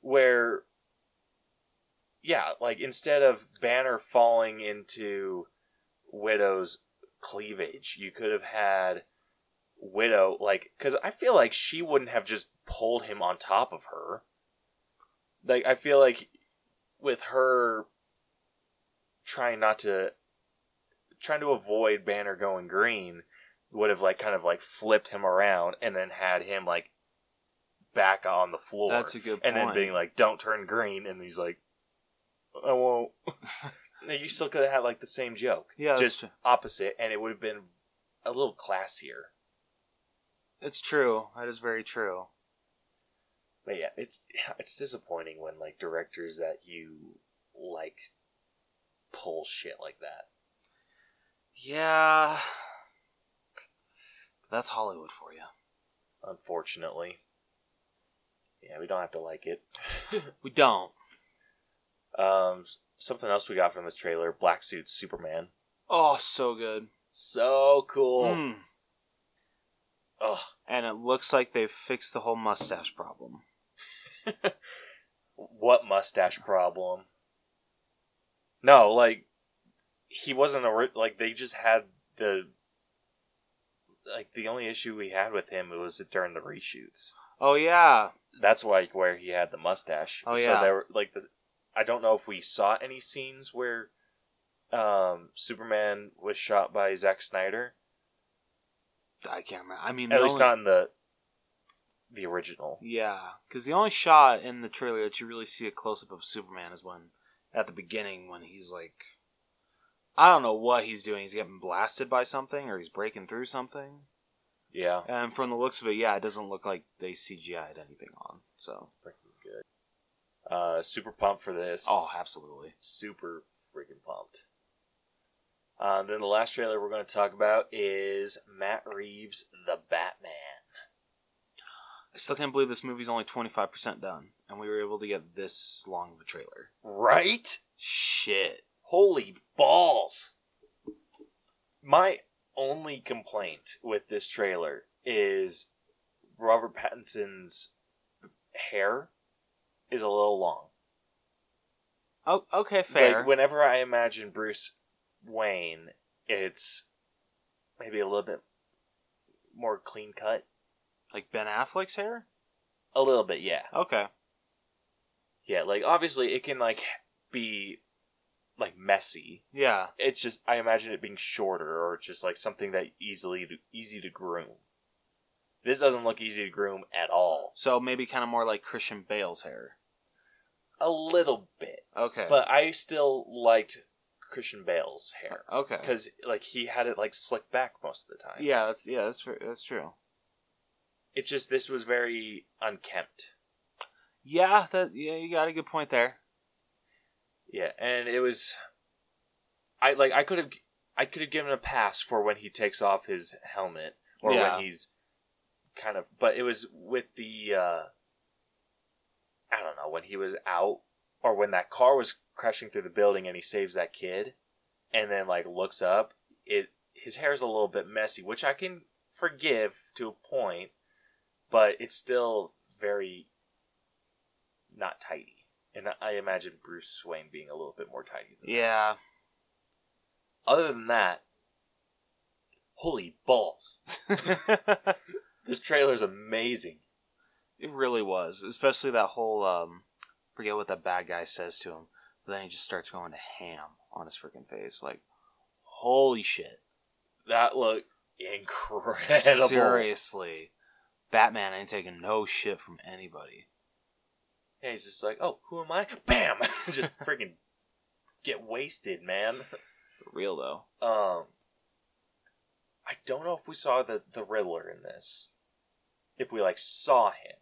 Speaker 1: where yeah like instead of banner falling into widow's cleavage you could have had widow like because i feel like she wouldn't have just pulled him on top of her like i feel like with her trying not to trying to avoid banner going green would have like kind of like flipped him around and then had him like back on the floor
Speaker 2: That's a good
Speaker 1: and then
Speaker 2: point.
Speaker 1: being like don't turn green and he's like i won't [laughs] No, you still could have had like the same joke
Speaker 2: Yeah, that's
Speaker 1: just
Speaker 2: true.
Speaker 1: opposite and it would have been a little classier
Speaker 2: It's true. That is very true.
Speaker 1: but yeah it's [sighs] it's disappointing when like directors that you like pull shit like that
Speaker 2: Yeah. That's Hollywood for you.
Speaker 1: unfortunately yeah we don't have to like it
Speaker 2: We don't.
Speaker 1: um s- something else we got from this trailer black suit superman
Speaker 2: Oh, so good.
Speaker 1: so cool
Speaker 2: Mm.
Speaker 1: Ugh.
Speaker 2: and it looks like they've fixed the whole mustache problem.
Speaker 1: what mustache problem? No, like he wasn't a ri- like they just had the like the only issue we had with him was during the reshoots.
Speaker 2: Oh yeah,
Speaker 1: That's why where he had the mustache.
Speaker 2: Oh,
Speaker 1: so
Speaker 2: yeah.
Speaker 1: there were like the I don't know if we saw any scenes where um Superman was shot by Zack Snyder.
Speaker 2: I can't remember. I mean,
Speaker 1: At
Speaker 2: the
Speaker 1: least
Speaker 2: only-
Speaker 1: not in the the original.
Speaker 2: Yeah, because the only shot in the trailer that you really see a close up of Superman is when at the beginning when he's like, I don't know what he's doing. He's getting blasted by something or he's breaking through something.
Speaker 1: Yeah.
Speaker 2: And from the looks of it, yeah, it doesn't look like they CGI'd anything on. So,
Speaker 1: Freaking good. Uh super pumped for this.
Speaker 2: oh, absolutely.
Speaker 1: super freaking pumped. Uh, then the last trailer we're going to talk about is Matt Reeves' The Batman.
Speaker 2: I still can't believe this movie's only twenty five percent done, and we were able to get this long of a trailer.
Speaker 1: Right?
Speaker 2: Shit.
Speaker 1: Holy balls! My only complaint with this trailer is Robert Pattinson's hair is a little long.
Speaker 2: Oh, okay, fair.
Speaker 1: Like, whenever I imagine Bruce Wayne, it's maybe a little bit more clean cut.
Speaker 2: Like Ben Affleck's hair?
Speaker 1: A little bit, yeah.
Speaker 2: Okay.
Speaker 1: Yeah, like obviously it can like be like messy.
Speaker 2: Yeah.
Speaker 1: It's just I imagine it being shorter or just like something that easily to, easy to groom. This doesn't look easy to groom at all.
Speaker 2: So maybe kind of more like Christian Bale's hair.
Speaker 1: A little bit,
Speaker 2: Okay.
Speaker 1: but I still liked Christian Bale's hair
Speaker 2: okay.
Speaker 1: because like he had it like slicked back most of the time.
Speaker 2: Uh, Yeah, that's yeah, that's tr- that's true.
Speaker 1: it's just this was very unkempt.
Speaker 2: Yeah, that yeah, you got a good point there.
Speaker 1: Yeah, and it was I like I could have I could have given a pass for when he takes off his helmet or
Speaker 2: Yeah.
Speaker 1: when he's kind of but it was with the uh I don't know, when he was out or when that car was crashing through the building and he saves that kid and then like looks up, it his hair's a little bit messy, which I can forgive to a point, but it's still very not tidy. And I imagine Bruce Wayne being a little bit more tidy. Than [laughs]
Speaker 2: Yeah.
Speaker 1: Other than that, holy balls.
Speaker 2: it
Speaker 1: This trailer's amazing.
Speaker 2: really was, especially that whole um forget what that bad guy says to him, but then he just starts going to ham on his freaking face like holy [laughs] shit.
Speaker 1: That looked incredible.
Speaker 2: Seriously. Batman ain't taking no shit from anybody.
Speaker 1: And he's just like, oh, who am I? Bam! [laughs] just freaking get wasted, man.
Speaker 2: For real though.
Speaker 1: Um, I don't know if we saw the, the Riddler in this. If we, like, saw him.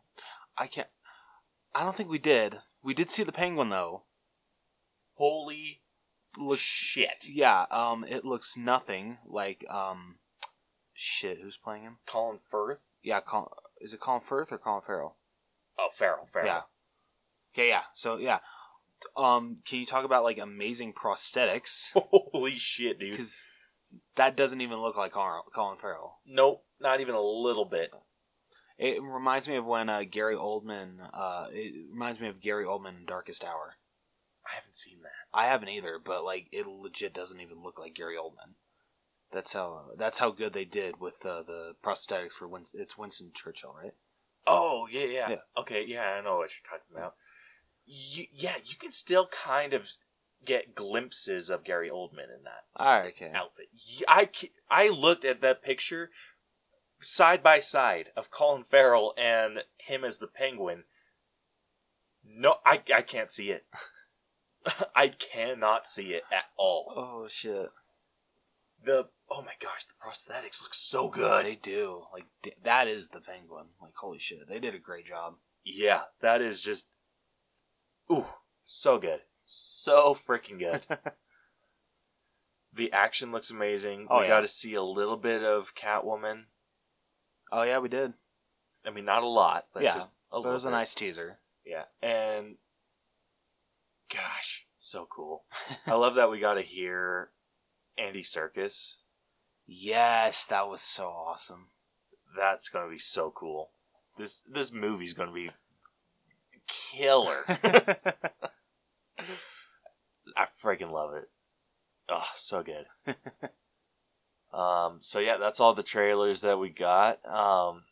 Speaker 2: I can't I don't think we did. We did see the penguin though.
Speaker 1: Holy
Speaker 2: Looks
Speaker 1: shit.
Speaker 2: Yeah, um, it looks nothing like um, shit. Who's playing him?
Speaker 1: Colin Firth?
Speaker 2: Yeah, Col- is it Colin Firth or Colin Farrell?
Speaker 1: Oh, Farrell, Farrell.
Speaker 2: Yeah. Okay, yeah. So yeah, um, can you talk about like amazing prosthetics?
Speaker 1: [laughs] Holy shit, Oh, dude.
Speaker 2: Because that doesn't even look like Col- Colin Farrell.
Speaker 1: Nope, not even a little bit.
Speaker 2: It reminds me of when uh, Gary Oldman. Uh, it reminds me of Gary Oldman in Darkest Hour.
Speaker 1: I haven't seen that.
Speaker 2: I haven't either, but like it legit doesn't even look like Gary Oldman. That's how that's how good they did with uh, the prosthetics for Winston, it's Winston Churchill, right?
Speaker 1: Oh yeah, yeah,
Speaker 2: Yeah.
Speaker 1: Okay, yeah, I know what you're talking about. You, yeah, you can still kind of get glimpses of Gary Oldman in that
Speaker 2: All right, okay.
Speaker 1: outfit. Y- I ca- I looked at that picture side by side of Colin Farrell and him as the Penguin. No, I I can't see it. [laughs] I cannot see it at all.
Speaker 2: Oh shit!
Speaker 1: The oh my gosh, the prosthetics look so good.
Speaker 2: They do like d- that is the penguin. Like holy shit, they did a great job.
Speaker 1: Yeah, that is just ooh, so good. So freaking
Speaker 2: [laughs]
Speaker 1: good. the action looks amazing.
Speaker 2: Oh,
Speaker 1: we
Speaker 2: yeah.
Speaker 1: got to see a little bit of Catwoman.
Speaker 2: Oh yeah, we did.
Speaker 1: I mean, not a lot, but
Speaker 2: Yeah,
Speaker 1: just a
Speaker 2: It
Speaker 1: little.
Speaker 2: was a
Speaker 1: bit.
Speaker 2: nice teaser.
Speaker 1: Yeah. And gosh, so cool. I love that we got to hear Andy Circus.
Speaker 2: Yes, that was so awesome.
Speaker 1: That's going to be so cool. This this movie's going to be killer. I freaking love it. Oh, so good. um, so yeah, that's all the trailers that we got. Um,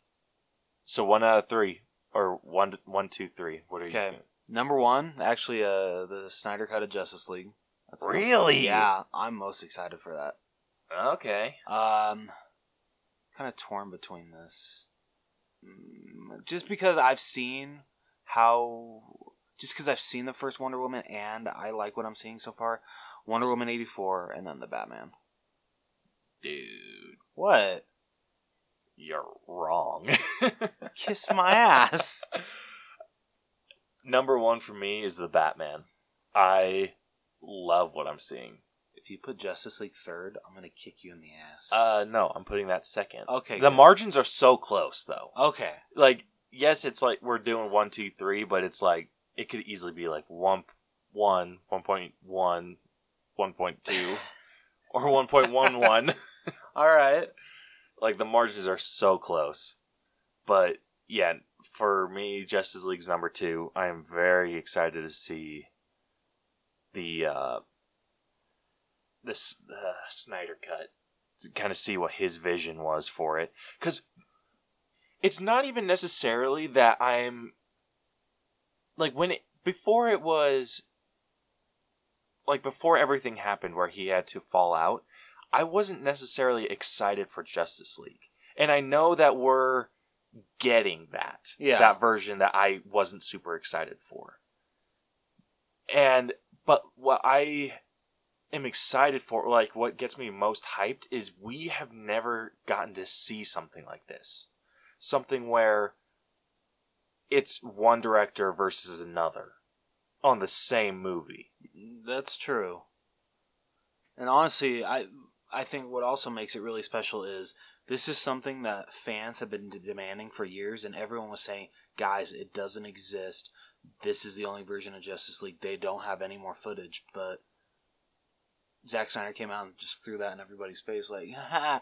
Speaker 1: so one out of three, or one, one, two, three. What are
Speaker 2: Okay, number one, actually, uh, the Snyder Cut of Justice League. That's
Speaker 1: you? Really?
Speaker 2: yeah, I'm most excited for that.
Speaker 1: Okay.
Speaker 2: Um, kind of torn between this, Mm, just because I've seen how, just because I've seen the first Wonder Woman and I like what I'm seeing so far, Wonder Woman eighty four and then the Batman.
Speaker 1: Dude,
Speaker 2: What?
Speaker 1: you're wrong.
Speaker 2: Kiss
Speaker 1: [laughs]
Speaker 2: my ass.
Speaker 1: Number one for me is the Batman. I love what I'm seeing.
Speaker 2: If you put Justice League third, I'm gonna kick you in the ass.
Speaker 1: Uh, no, I'm putting that second.
Speaker 2: okay.
Speaker 1: The
Speaker 2: good.
Speaker 1: margins are so close, though.
Speaker 2: Okay.
Speaker 1: Like, yes, it's like we're doing one, two, three, but it's like it could easily be like one, one, one point one, one point two, or one point one
Speaker 2: [laughs]
Speaker 1: one.
Speaker 2: All right.
Speaker 1: Like the margins are so close. But yeah, for me, Justice League's number two. I am very excited to see the uh, this uh, Snyder cut to kind of see what his vision was for it. Because it's not even necessarily that I'm like when it before it was like before everything happened where he had to fall out, I wasn't necessarily excited for Justice League. And I know that we're getting that.
Speaker 2: Yeah.
Speaker 1: That version that I wasn't super excited for. And but what I am excited for, like what gets me most hyped is we have never gotten to see something like this. Something where it's one director versus another on the same
Speaker 2: [laughs]
Speaker 1: movie.
Speaker 2: That's true. And honestly, I I think what also makes it really special is this is something that fans have been de- demanding for years, and everyone was saying, "Guys, it doesn't exist. This is the only version of Justice League. They don't have any more footage." But Zack Snyder came out and just threw that in everybody's face, like, [laughs] "Ha,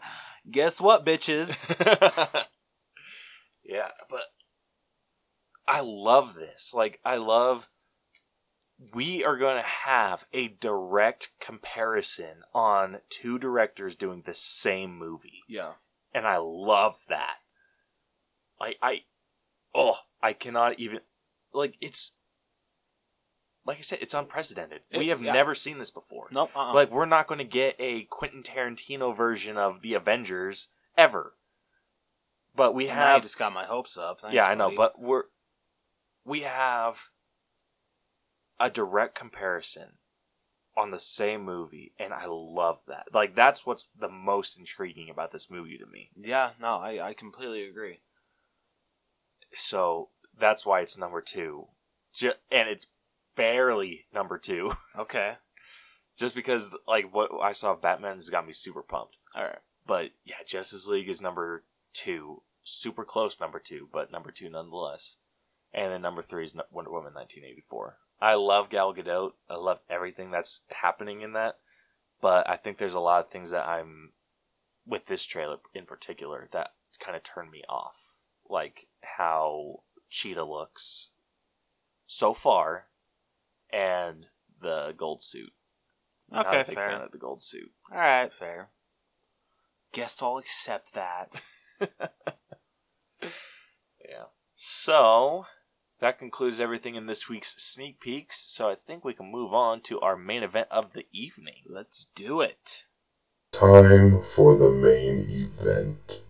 Speaker 2: "Guess what, bitches."
Speaker 1: [laughs] yeah, but I love this. Like, I love. We are going to have a direct comparison on two directors doing the same movie.
Speaker 2: yeah,
Speaker 1: And I love that. Like, I. Oh, I cannot even. Like, it's. Like I said, it's unprecedented. we
Speaker 2: It-
Speaker 1: have
Speaker 2: yeah.
Speaker 1: never seen this before.
Speaker 2: nope. Uh-uh.
Speaker 1: Like we're not going to get a Quentin Tarantino version of the Avengers ever. But we
Speaker 2: Now you
Speaker 1: have
Speaker 2: just got my hopes up. Thanks,
Speaker 1: Yeah, I know,
Speaker 2: buddy.
Speaker 1: but we're we have a direct comparison on the same movie and I love that. Like that's what's the most intriguing about this movie to me.
Speaker 2: yeah, no, I, I completely agree.
Speaker 1: So that's why it's number 2. Ju- and it's barely number 2
Speaker 2: Okay,
Speaker 1: [laughs] just because like what I saw of Batman has got me super pumped.
Speaker 2: all right.
Speaker 1: But yeah, Justice League is number two, super close number two, but number two nonetheless. And then number three is No- Wonder Woman 1984. I love Gal Gadot. I love everything that's happening in that. But I think there's a lot of things that I'm with this trailer in particular that kind of turned me off, like how Cheetah looks so far, and the gold suit. I'm not a
Speaker 2: Okay,
Speaker 1: big
Speaker 2: fair.
Speaker 1: fan of the gold suit.
Speaker 2: All right, fair. Guess I'll accept that.
Speaker 1: Yeah. So that concludes everything in this week's sneak peeks. So I think we can move on to our main event of the evening.
Speaker 2: Let's do it.
Speaker 5: Time for the main event.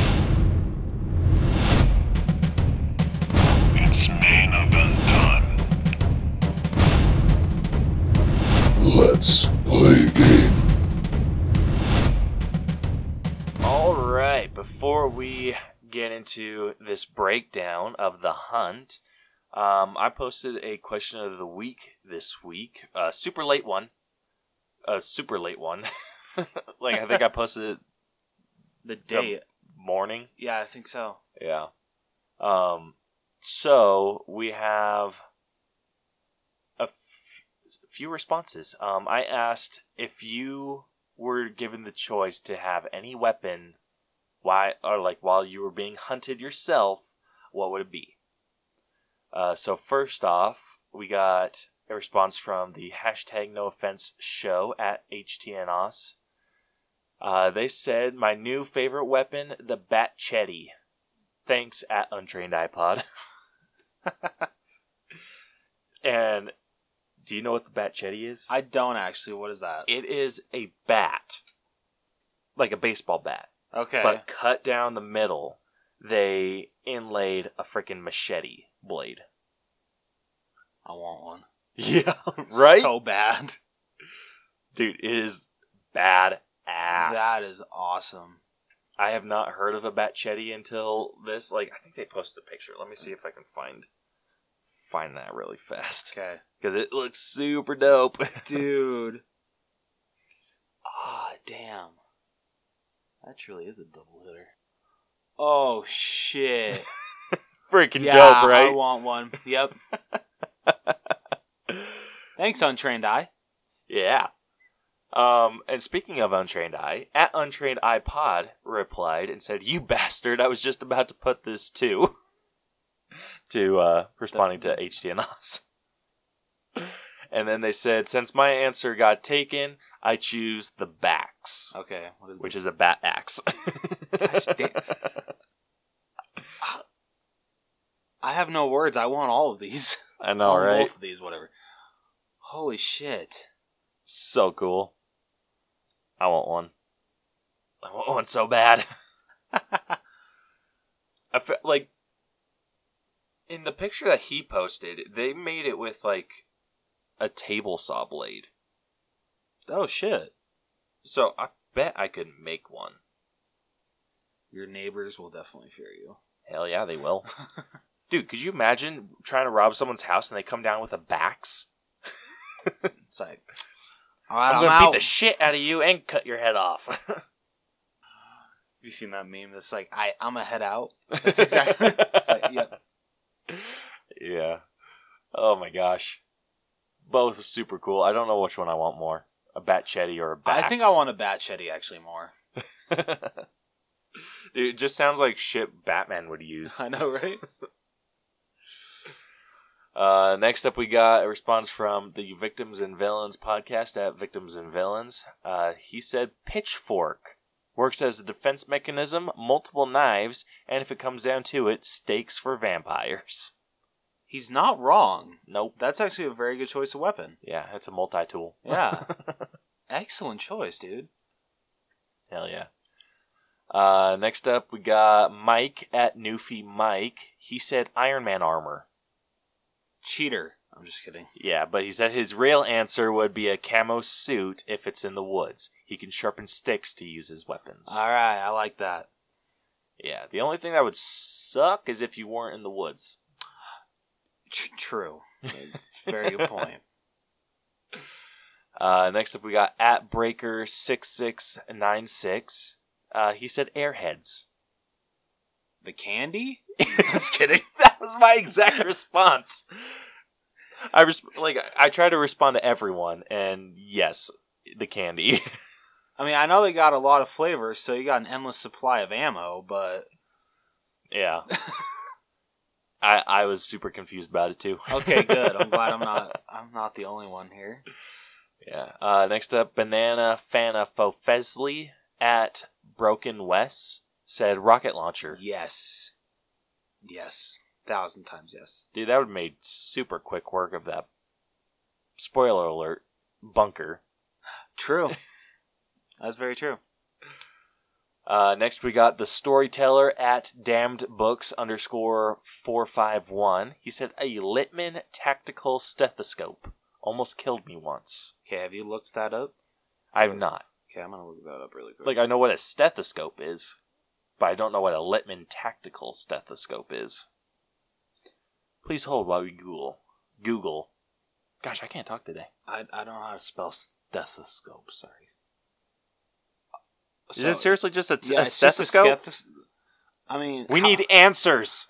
Speaker 6: It's main event time.
Speaker 5: Let's play game.
Speaker 1: All right. Before we get into this breakdown of the hunt, um, I posted a question of the week this week. A super late one. A super late one. [laughs] like I think I posted it
Speaker 2: The date.
Speaker 1: morning.
Speaker 2: yeah, I think so.
Speaker 1: Yeah. Um, so we have a f- few responses. Um, I asked if you were given the choice to have any weapon, why or like while you were being hunted yourself, what would it be? Uh, so first off, we got a response from the hashtag No Offense Show at HTNOS. Uh, they said my new favorite weapon, the Bat Chetty. Thanks at Untrained iPod. [laughs] and do you know what the Bat Chetty is?
Speaker 2: I don't actually. What is that?
Speaker 1: It is a bat, like a baseball bat,
Speaker 2: Okay.
Speaker 1: but cut down the middle. They inlaid a freaking machete
Speaker 2: [laughs]
Speaker 1: blade.
Speaker 2: I want one.
Speaker 1: Yeah, [laughs] right,
Speaker 2: So bad.
Speaker 1: dude. It is bad ass.
Speaker 2: That is awesome.
Speaker 1: I have not heard of a bat chetty until this. Like, I think they posted a picture. Let me see if I can find find that really fast [laughs]
Speaker 2: Okay.
Speaker 1: because it looks super dope. [laughs]
Speaker 2: Dude. Ah, damn. That truly is a double hitter. Oh, shit.
Speaker 1: freaking
Speaker 2: yeah,
Speaker 1: dope,
Speaker 2: I
Speaker 1: right?
Speaker 2: want one.
Speaker 1: [laughs]
Speaker 2: Yep. Thanks, Untrained Eye.
Speaker 1: Yeah. Um, and speaking of Untrained Eye, at Untrained iPod replied and said, You bastard, I was just about to [laughs] put this too. to uh, responding to HDNOS. [laughs] and then they said, Since my answer got taken, I choose the Bax,
Speaker 2: Okay. What is
Speaker 1: which is a bat axe.
Speaker 2: Gosh, damn. I have
Speaker 1: [laughs]
Speaker 2: no words. I want all of these.
Speaker 1: [laughs] I know,
Speaker 2: I want
Speaker 1: right?
Speaker 2: Both of these, whatever. Holy shit.
Speaker 1: So cool. I want one. I want one so bad. [laughs] I felt like in the picture that he posted, they made it with like a table saw blade.
Speaker 2: Oh shit.
Speaker 1: So I bet I could make one.
Speaker 2: Your neighbors will definitely fear you.
Speaker 1: Hell yeah, they
Speaker 2: [laughs]
Speaker 1: will. Dude, could you imagine trying to rob someone's house and they come down with a bax?
Speaker 2: It's like, all right,
Speaker 1: I'm
Speaker 2: I'm
Speaker 1: gonna
Speaker 2: out.
Speaker 1: beat the shit out of you and cut your head off.
Speaker 2: you seen that meme that's like, I, I'm a
Speaker 1: [laughs]
Speaker 2: head out. That's exactly. it's like, yeah.
Speaker 1: Yeah. Oh my gosh. Both super cool. I don't know which one I want more. A bat chetty or a bat.
Speaker 2: I think I want a bat shetty actually more.
Speaker 1: [laughs] Dude, it just sounds like shit Batman would use.
Speaker 2: [laughs] I know,
Speaker 1: [laughs]
Speaker 2: right?
Speaker 1: Uh, next up, we got a response from the Victims and Villains podcast at Victims and Villains. Uh, he said pitchfork works as a defense mechanism, multiple knives, and if it comes down to it, stakes for vampires. [laughs]
Speaker 2: He's not wrong.
Speaker 1: Nope.
Speaker 2: That's actually a very good choice of weapon.
Speaker 1: Yeah, it's a multi tool. [laughs]
Speaker 2: Yeah. Excellent choice, dude.
Speaker 1: Hell yeah. Uh, next up, we got Mike at Newfie Mike. He said Iron Man armor.
Speaker 2: Cheater. I'm just kidding.
Speaker 1: Yeah, but he said his real answer would be a camo suit if it's in the woods. He can sharpen sticks to use as weapons.
Speaker 2: All right, I like that.
Speaker 1: yeah, the only thing that would suck is if you weren't in the woods.
Speaker 2: Tr- true. It's a very good point.
Speaker 1: Uh, next up, we got at Breaker six six nine six. Uh, he said airheads.
Speaker 2: The candy?
Speaker 1: [laughs] Just kidding. That was my exact response. I res- like I try to respond to everyone, and yes, the candy. [laughs]
Speaker 2: I mean, I know they got a lot of flavors, so you got an endless supply of ammo, but
Speaker 1: yeah, I I was super confused about it too.
Speaker 2: okay, good. I'm glad I'm not I'm not the only one here.
Speaker 1: Yeah. Uh, next up, Banana Fana Fofesley at Broken West said rocket launcher.
Speaker 2: Yes. Yes. Thousand times yes.
Speaker 1: Dude, that would have made super quick work of that. Spoiler alert: bunker.
Speaker 2: True. That's very true.
Speaker 1: Uh, next, we got the storyteller at damned books underscore four five one. He said a Littman tactical stethoscope almost killed me once.
Speaker 2: Okay, have you looked that up?
Speaker 1: I've not.
Speaker 2: Okay, I'm gonna look that up really quick.
Speaker 1: Like I know what a stethoscope is, but I don't know what a Littman tactical stethoscope is. Please hold while we Google. Google. Gosh, I can't talk today.
Speaker 2: I I don't know how to spell stethoscope. Sorry.
Speaker 1: Is
Speaker 2: So-
Speaker 1: it seriously just a, t-
Speaker 2: Yeah,
Speaker 1: a
Speaker 2: it's just a
Speaker 1: stethoscope?
Speaker 2: stethos- I mean,
Speaker 1: we
Speaker 2: how-
Speaker 1: need
Speaker 2: [laughs]
Speaker 1: answers.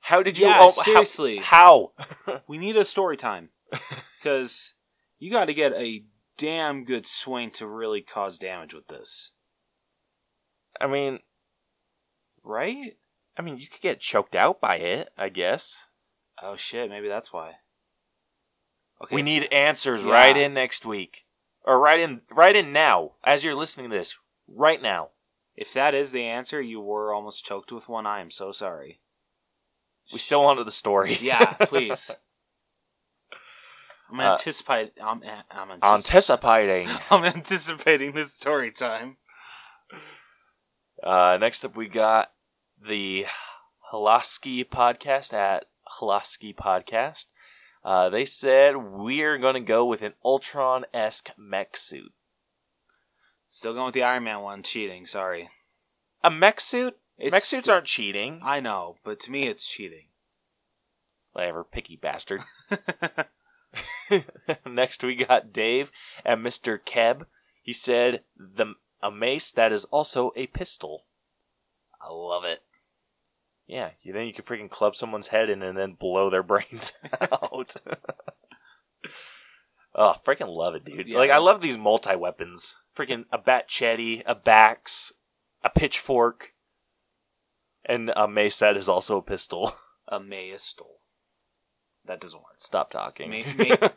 Speaker 1: how did you?
Speaker 2: Yeah,
Speaker 1: how-
Speaker 2: oh, seriously.
Speaker 1: How?
Speaker 2: we need a
Speaker 1: [laughs]
Speaker 2: story time because you got to get a damn good swing to really cause damage with this,
Speaker 1: I mean,
Speaker 2: right?
Speaker 1: I mean, you could get choked out by it, I guess.
Speaker 2: Oh shit, maybe that's why.
Speaker 1: We need answers
Speaker 2: Yeah.
Speaker 1: right in next week, or right in right in now as you're listening to this right now.
Speaker 2: If that is the answer, you were almost choked with one. I am so
Speaker 1: [laughs]
Speaker 2: sorry.
Speaker 1: We still want to the story. [laughs]
Speaker 2: Yeah, please. I'm
Speaker 1: Uh,
Speaker 2: anticipate. I'm. a- I'm anticipating.
Speaker 1: Anticipating.
Speaker 2: [laughs] I'm anticipating this story time.
Speaker 1: Uh, next up, we got the Holoski podcast at Holoski Podcast. Uh, they said we're going to go with an Ultron esque mech suit.
Speaker 2: Still going with the Iron Man one. Cheating. Sorry.
Speaker 1: A mech suit?
Speaker 2: It's
Speaker 1: mech suits
Speaker 2: sti-
Speaker 1: aren't cheating.
Speaker 2: I know, but to me, it's cheating.
Speaker 1: Whatever, picky bastard. [laughs] Next, we got Dave and Mr. Keb. He said the a mace that is also a pistol.
Speaker 2: I love it.
Speaker 1: Yeah, you then you can freaking club someone's head in and then blow their [laughs] brains out. [laughs] oh, freaking love it, dude!
Speaker 2: Yeah.
Speaker 1: Like I love these multi weapons. Freaking a bat chetty, a bax, a pitchfork, and a mace that is also a pistol. [laughs]
Speaker 2: A maestol. That doesn't work.
Speaker 1: Stop talking.
Speaker 2: Ma- ma-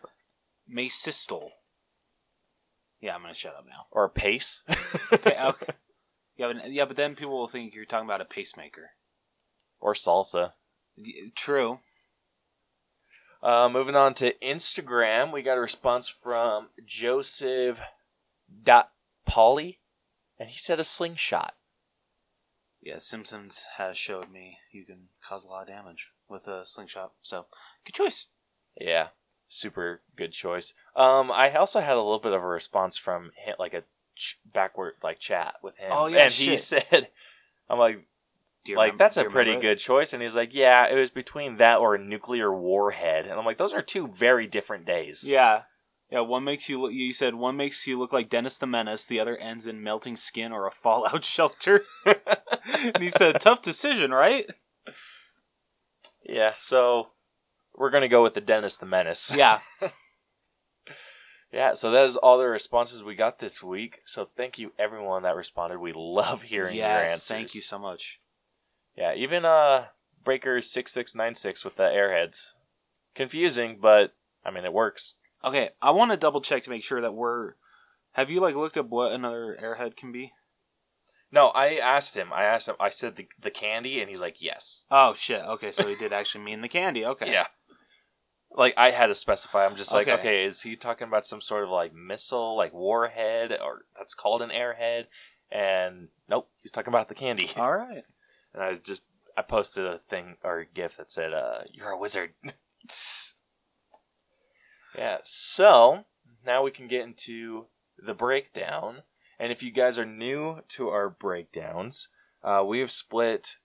Speaker 2: maestol. Yeah, I'm gonna shut up
Speaker 1: [laughs]
Speaker 2: now.
Speaker 1: [laughs] or a pace.
Speaker 2: Okay. okay. Yeah, but, yeah, but then people will think you're talking about a pacemaker.
Speaker 1: or salsa.
Speaker 2: Y- True.
Speaker 1: Uh, Uh, moving on to Instagram, we got a response from Joseph dot Polly, and he said a slingshot.
Speaker 2: Yeah, Simpsons has showed me you can cause a lot of damage with a slingshot. So, good choice.
Speaker 1: Yeah, super good choice. Um, I also had a little bit of a response from him, like a ch- backward like chat with him.
Speaker 2: Oh, yeah,
Speaker 1: and he [laughs]
Speaker 2: shit.
Speaker 1: said, "I'm like,
Speaker 2: Do you
Speaker 1: like
Speaker 2: remem-
Speaker 1: that's
Speaker 2: do
Speaker 1: a
Speaker 2: you
Speaker 1: pretty
Speaker 2: remember it?
Speaker 1: good choice." And he's like, "Yeah, it was between that or a nuclear warhead." And I'm like, "Those are two very different days."
Speaker 2: Yeah, yeah. One makes you. look You said one makes you look like Dennis the Menace. The other ends in melting skin or a fallout [laughs] shelter. and he said, "Tough decision, right?"
Speaker 1: yeah. So we're gonna go with the Dennis the
Speaker 2: [laughs]
Speaker 1: Menace.
Speaker 2: Yeah.
Speaker 1: Yeah, so that is all the responses we got this week. So thank you everyone that responded. We love [laughs] hearing your answers.
Speaker 2: yes. Thank you so much.
Speaker 1: Yeah, even uh Breaker six six nine six with the airheads. Confusing, but I mean it works.
Speaker 2: Okay, I want to double check to make sure that we're. Have you like looked up what another airhead can be?
Speaker 1: No, I asked him. I asked him. I said the, the candy, and he's like, "Yes."
Speaker 2: Oh shit. Okay, so he did actually mean the candy. Okay.
Speaker 1: Yeah. Like I had to specify. I'm just like,
Speaker 2: Okay.
Speaker 1: okay. is he talking about some sort of like missile, like warhead, or that's called an airhead? And nope, he's talking about the candy.
Speaker 2: All right.
Speaker 1: And I just I posted a thing or a gif that said, uh, "You're a wizard." [laughs] yeah. So now we can get into the breakdown. And if you guys are new to our breakdowns, uh, we have split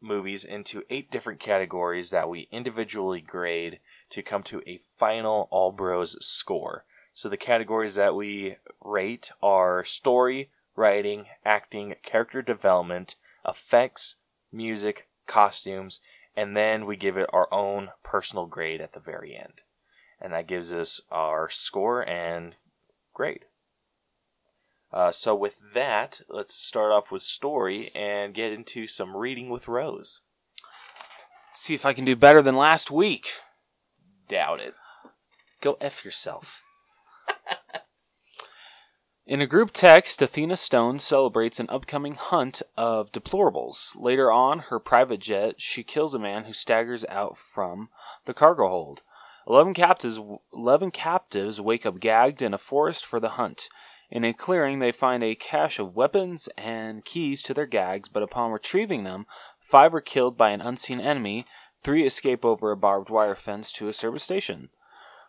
Speaker 1: movies into eight different categories that we individually grade to come to a final All Bros score. So the categories that we rate are story, writing, acting, character development, effects, music, costumes, and then we give it our own personal grade at the very end. And that gives us our score and grade. Uh, so, with that, let's start off with story and get into some reading with Rose.
Speaker 2: See if I can do better than last week.
Speaker 1: Doubt it.
Speaker 2: Go F yourself. [laughs] In a group text, Athena Stone celebrates an upcoming hunt of deplorables. Later on her private jet, she kills a man who staggers out from the cargo hold. Eleven captives, eleven captives wake up gagged in a forest for the hunt. In a clearing, they find a cache of weapons and keys to their gags, but upon retrieving them, five are killed by an unseen enemy, three escape over a barbed wire fence to a service station.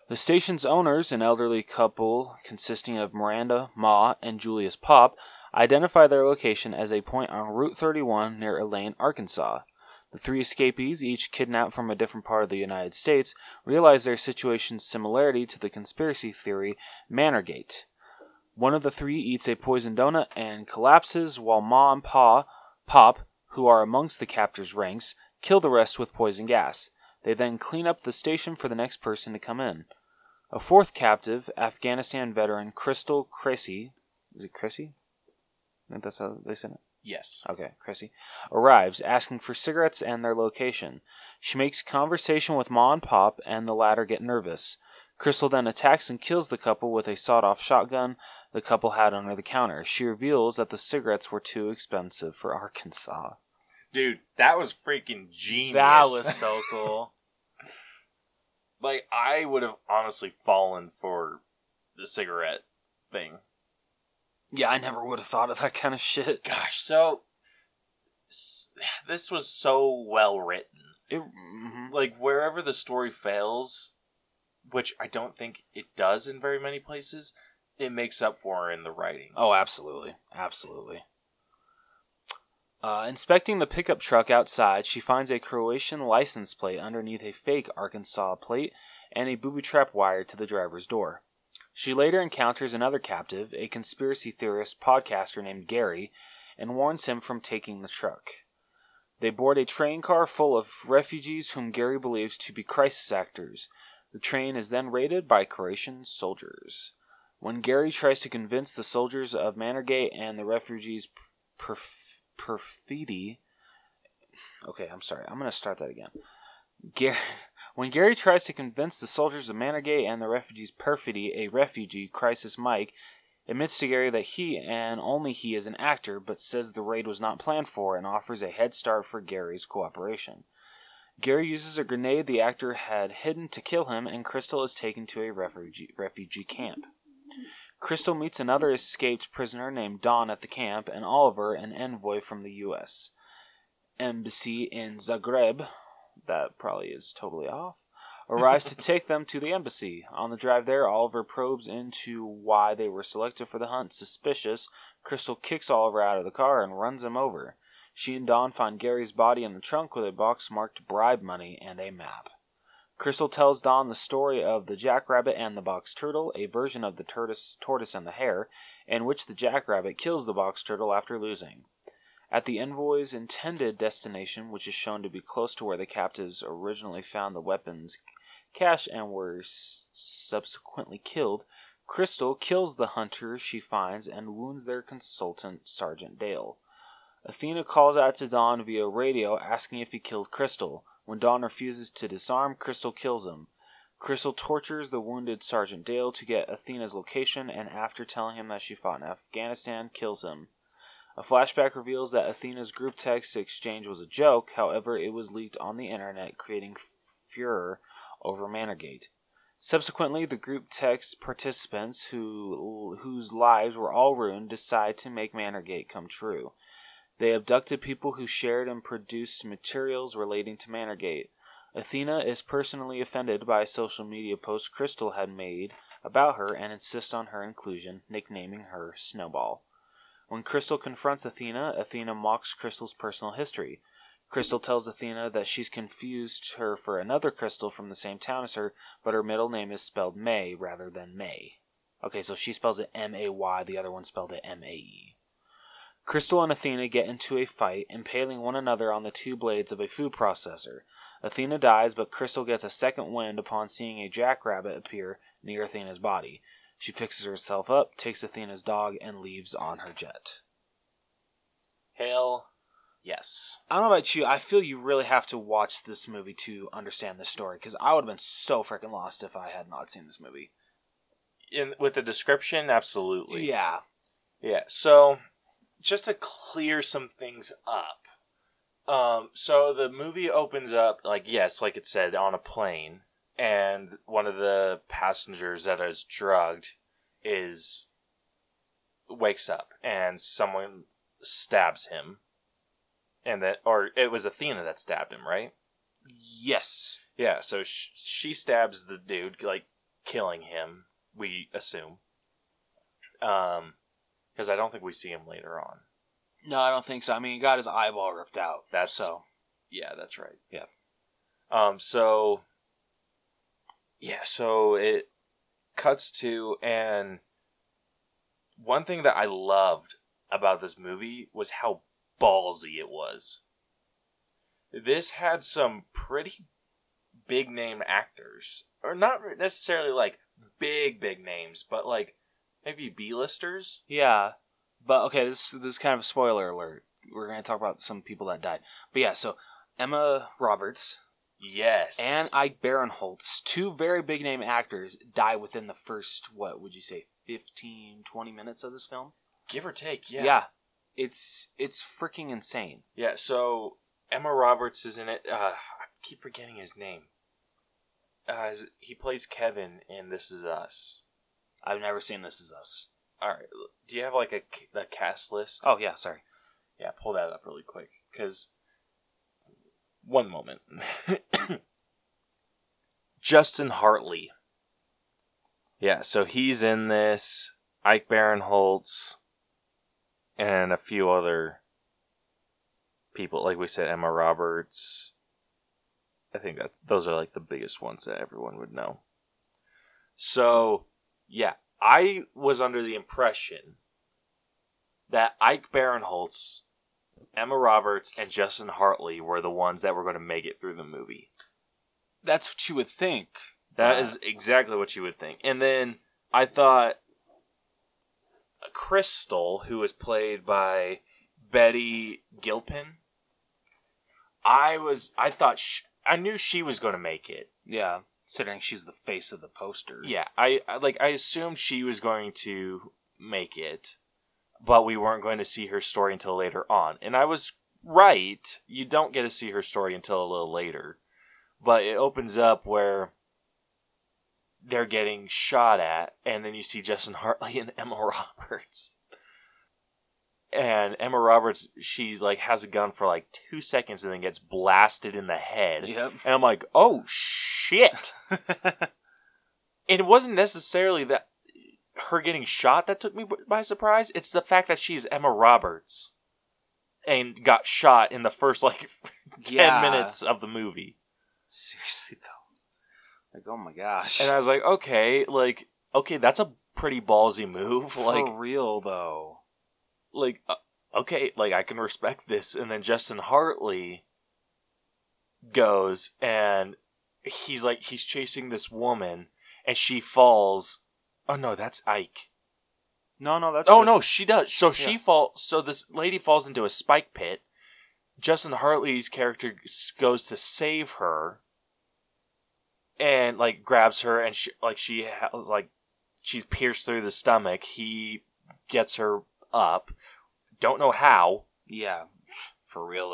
Speaker 2: The station's owners, an elderly couple consisting of Miranda Ma and Julius Pop, identify their location as a point on Route 31 near Elaine, Arkansas. The three escapees, each kidnapped from a different part of the United States, realize their situation's similarity to the conspiracy theory Manorgate. One of the three eats a poisoned donut and collapses, while Ma and Pa, Pop, who are amongst the captors' ranks, kill the rest with poison gas. They then clean up the station for the next person to come in. A fourth captive, Afghanistan veteran Crystal Cressy, is it Cressy? I think that's how they said it.
Speaker 1: Yes.
Speaker 2: Okay, Cressy arrives, asking for cigarettes and their location. She makes conversation with Ma and Pop, and the latter get nervous. Crystal then attacks and kills the couple with a sawed-off shotgun the couple had under the counter. She reveals that the cigarettes were too expensive for Arkansas.
Speaker 1: Dude, that was freaking genius. [laughs]
Speaker 2: so cool.
Speaker 1: like, I would have honestly fallen for the cigarette thing.
Speaker 2: yeah, I never would have thought of that kind of shit.
Speaker 1: Gosh, so. s- This was so well written.
Speaker 2: It, mhm.
Speaker 1: like wherever the story fails, which I don't think it does in very many places, it makes up for in the writing.
Speaker 2: Oh, absolutely. Absolutely. Uh, inspecting the pickup truck outside, she finds a Croatian license plate underneath a fake Arkansas plate and a booby trap wire to the driver's door. She later encounters another captive, a conspiracy theorist podcaster named Gary, and warns him from taking the truck. They board a train car full of refugees whom Gary believes to be crisis actors. The train is then raided by Croatian soldiers. When Gary tries to convince the soldiers of Manorgate and the refugees perf- perfidy. Okay, I'm sorry. I'm going to start that again. Gar- when Gary tries to convince the soldiers of Manorgate and the refugees perfidy, a refugee, Crisis Mike, admits to Gary that he and only he is an actor, but says the raid was not planned for and offers a head start for Gary's cooperation. Gary uses a grenade the actor had hidden to kill him, and Crystal is taken to a refugee, refugee camp. Crystal meets another escaped prisoner named Don at the camp, and Oliver, an envoy from the U.S. Embassy in Zagreb, that probably is totally off, arrives to take them to the embassy. On the drive there, Oliver probes into why they were selected for the hunt. Suspicious, Crystal kicks Oliver out of the car and runs him over. She and Don find Gary's body in the trunk with a box marked bribe money and a map. Crystal tells Don the story of the jackrabbit and the box turtle, a version of the tortoise, tortoise and the hare, in which the jackrabbit kills the box turtle after losing. At the envoy's intended destination, which is shown to be close to where the captives originally found the weapons cache and were s- subsequently killed, Crystal kills the hunter she finds and wounds their consultant, Sergeant Dale. Athena calls out to Don via radio asking if he killed Crystal. When Don refuses to disarm, Crystal kills him. Crystal tortures the wounded Sergeant Dale to get Athena's location and, after telling him that she fought in Afghanistan, kills him. A flashback reveals that Athena's group text exchange was a joke, however, it was leaked on the internet, creating furor over Manorgate. Subsequently, the group text participants who whose lives were all ruined decide to make Manorgate come true. They abducted people who shared and produced materials relating to Manorgate. Athena is personally offended by a social media post Crystal had made about her and insists on her inclusion, nicknaming her Snowball. When Crystal confronts Athena, Athena mocks Crystal's personal history. Crystal tells Athena that she's confused her for another Crystal from the same town as her, but her middle name is spelled May rather than May. Okay, so she spells it M A Y, the other one spelled it M A E. Crystal and Athena get into a fight, impaling one another on the two blades of a food processor. Athena dies, but Crystal gets a second wind upon seeing a jackrabbit appear near Athena's body. She fixes herself up, takes Athena's dog, and leaves on her jet.
Speaker 1: Hell, yes.
Speaker 2: I don't know about you, I feel you really have to watch this movie to understand this story, because I would have been so freaking lost if I had not seen this movie.
Speaker 1: In, with the description, absolutely.
Speaker 2: Yeah.
Speaker 1: Yeah. So, just to clear some things up. Um, so the movie opens up like yes, like it said on a plane, and one of the passengers that is drugged is wakes up, and someone stabs him, and that or it was Athena that stabbed him, right?
Speaker 2: Yes.
Speaker 1: Yeah, so sh- she stabs the dude, like killing him. We assume, um, because I don't think we see him later on.
Speaker 2: No, I don't think so. I mean, he got his eyeball ripped out.
Speaker 1: That's-
Speaker 2: so.
Speaker 1: Yeah, that's right.
Speaker 2: Yeah.
Speaker 1: Um. So. Yeah. So it cuts to and one thing that I loved about this movie was how ballsy it was. This had some pretty big name actors, or not necessarily like big big names, but like maybe B listers.
Speaker 2: Yeah, but okay, this this is kind of a spoiler alert. We're going to talk about some people that died. But yeah, so Emma Roberts
Speaker 1: Yes.
Speaker 2: and Ike Barinholtz, two very big name actors, die within the first what would you say 15, 20 minutes of this film?
Speaker 1: give or take, yeah.
Speaker 2: It's it's freaking insane.
Speaker 1: Yeah, so Emma Roberts is in it. Uh, I keep forgetting his name. Uh, is- he plays Kevin in This Is Us.
Speaker 2: I've never seen This Is Us.
Speaker 1: All right, do you have like a, c- a cast list?
Speaker 2: Oh yeah, sorry.
Speaker 1: Yeah, pull that up really quick. Because. One moment. [coughs] Justin Hartley. Yeah, so he's in this. Ike Barinholtz. And a few other people. Like we said, Emma Roberts. I think that those are like the biggest ones that everyone would know. So, yeah. I was under the impression that Ike Barinholtz, Emma Roberts, and Justin Hartley were the ones that were going to make it through the movie.
Speaker 2: That's what you would think.
Speaker 1: That is exactly what you would think. And then I thought Crystal, who was played by Betty Gilpin, I was I thought sh I knew she was going to make it.
Speaker 2: Yeah, considering she's the face of the poster.
Speaker 1: Yeah, I, I like I assumed she was going to make it, but we weren't going to see her story until later on. And I was right. You don't get to see her story until a little later. but it opens up where they're getting shot at, and then you see Justin Hartley and [laughs] Emma Roberts. And Emma Roberts, she's like has a gun for like two seconds and then gets blasted in the head.
Speaker 2: Yep.
Speaker 1: And I'm like, oh shit. and it wasn't necessarily that her getting shot that took me by surprise. It's the fact that she's Emma Roberts and got shot in the first like [laughs] 10
Speaker 2: Yeah.
Speaker 1: minutes of the movie.
Speaker 2: Seriously though. Like oh my gosh.
Speaker 1: And I was like, okay, like okay, that's a pretty ballsy move. [laughs] Like
Speaker 2: [laughs] for real though.
Speaker 1: like uh, okay, like I can respect this. And then Justin Hartley goes and he's like he's chasing this woman and she falls. Oh no, that's Ike.
Speaker 2: No, no, that's
Speaker 1: oh
Speaker 2: just-
Speaker 1: no, she does. So she
Speaker 2: Yeah.
Speaker 1: falls. So this lady falls into a spike pit. Justin Hartley's character s- goes to save her, and like grabs her, and she like she has like she's pierced through the stomach. He gets her up. Don't know how.
Speaker 2: Yeah. For real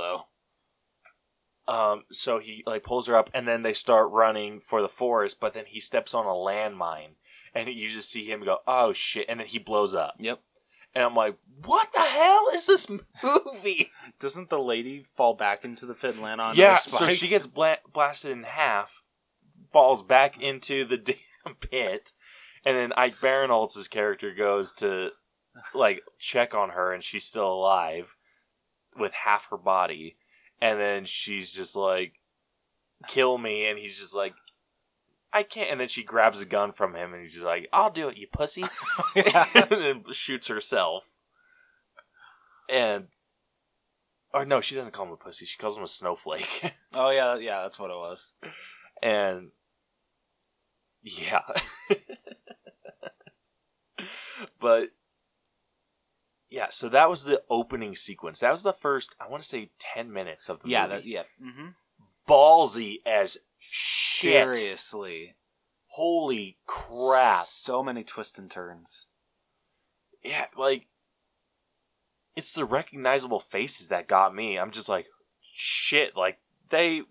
Speaker 2: though.
Speaker 1: Um, so he like pulls her up, and then they start running for the forest. But then he steps on a landmine, and you just see him go, "Oh shit!" And then he blows up.
Speaker 2: Yep.
Speaker 1: and I'm like, what the hell is this [laughs] movie?
Speaker 2: Doesn't the lady fall back into the pit and land on
Speaker 1: yeah,
Speaker 2: the
Speaker 1: so
Speaker 2: spike?
Speaker 1: she
Speaker 2: [laughs]
Speaker 1: gets bla- blasted in half, falls back into the [laughs] damn pit, and then Ike Barinholtz's character goes to like check on her, and she's still alive with half her body, and then she's just like, "Kill me," and he's just like. I can't, and then she grabs a gun from him, and he's just like, "I'll do it, you pussy." [laughs]
Speaker 2: [laughs]
Speaker 1: and then shoots herself. And or no, she doesn't call him a pussy. She calls him a snowflake. [laughs]
Speaker 2: oh yeah, yeah, that's what it was.
Speaker 1: and yeah. [laughs] but yeah, so that was the opening sequence. That was the first, I want to say 10 minutes of the
Speaker 2: Yeah,
Speaker 1: movie.
Speaker 2: that yeah. Mm-hmm.
Speaker 1: Ballsy as shit.
Speaker 2: Seriously.
Speaker 1: Holy crap.
Speaker 2: So many twists and turns.
Speaker 1: yeah, like it's the recognizable faces that got me. I'm just like, shit, like they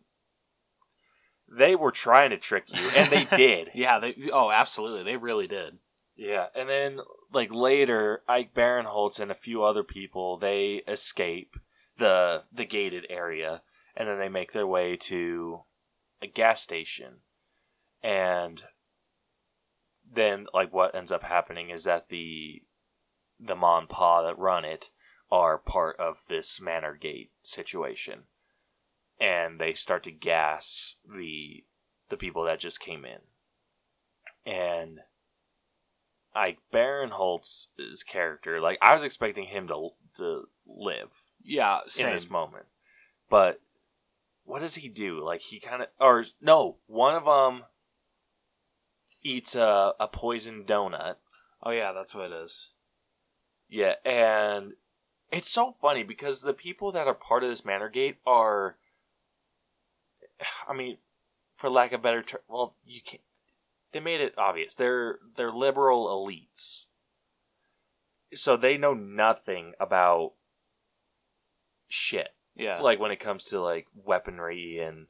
Speaker 1: they were trying to trick you and they did.
Speaker 2: Yeah, they oh, absolutely. They really did.
Speaker 1: Yeah, and then like later Ike Barinholtz and a few other people, they escape the the gated area and then they make their way to a gas station. And then like what ends up happening is that the the ma and pa that run it are part of this manor gate situation. And they start to gas the the people that just came in. And Ike Barinholtz's character, like I was expecting him to to live
Speaker 2: Yeah, same.
Speaker 1: in this moment, but what does he do? Like he kind of, or no, one of them eats a a poisoned donut.
Speaker 2: oh yeah, that's what it is.
Speaker 1: Yeah, and it's so funny because the people that are part of this Manor Gate are, I mean, for lack of better term, well, you can't. They made it obvious they're they're liberal elites, so they know nothing about shit.
Speaker 2: Yeah.
Speaker 1: Like when it comes to like weaponry and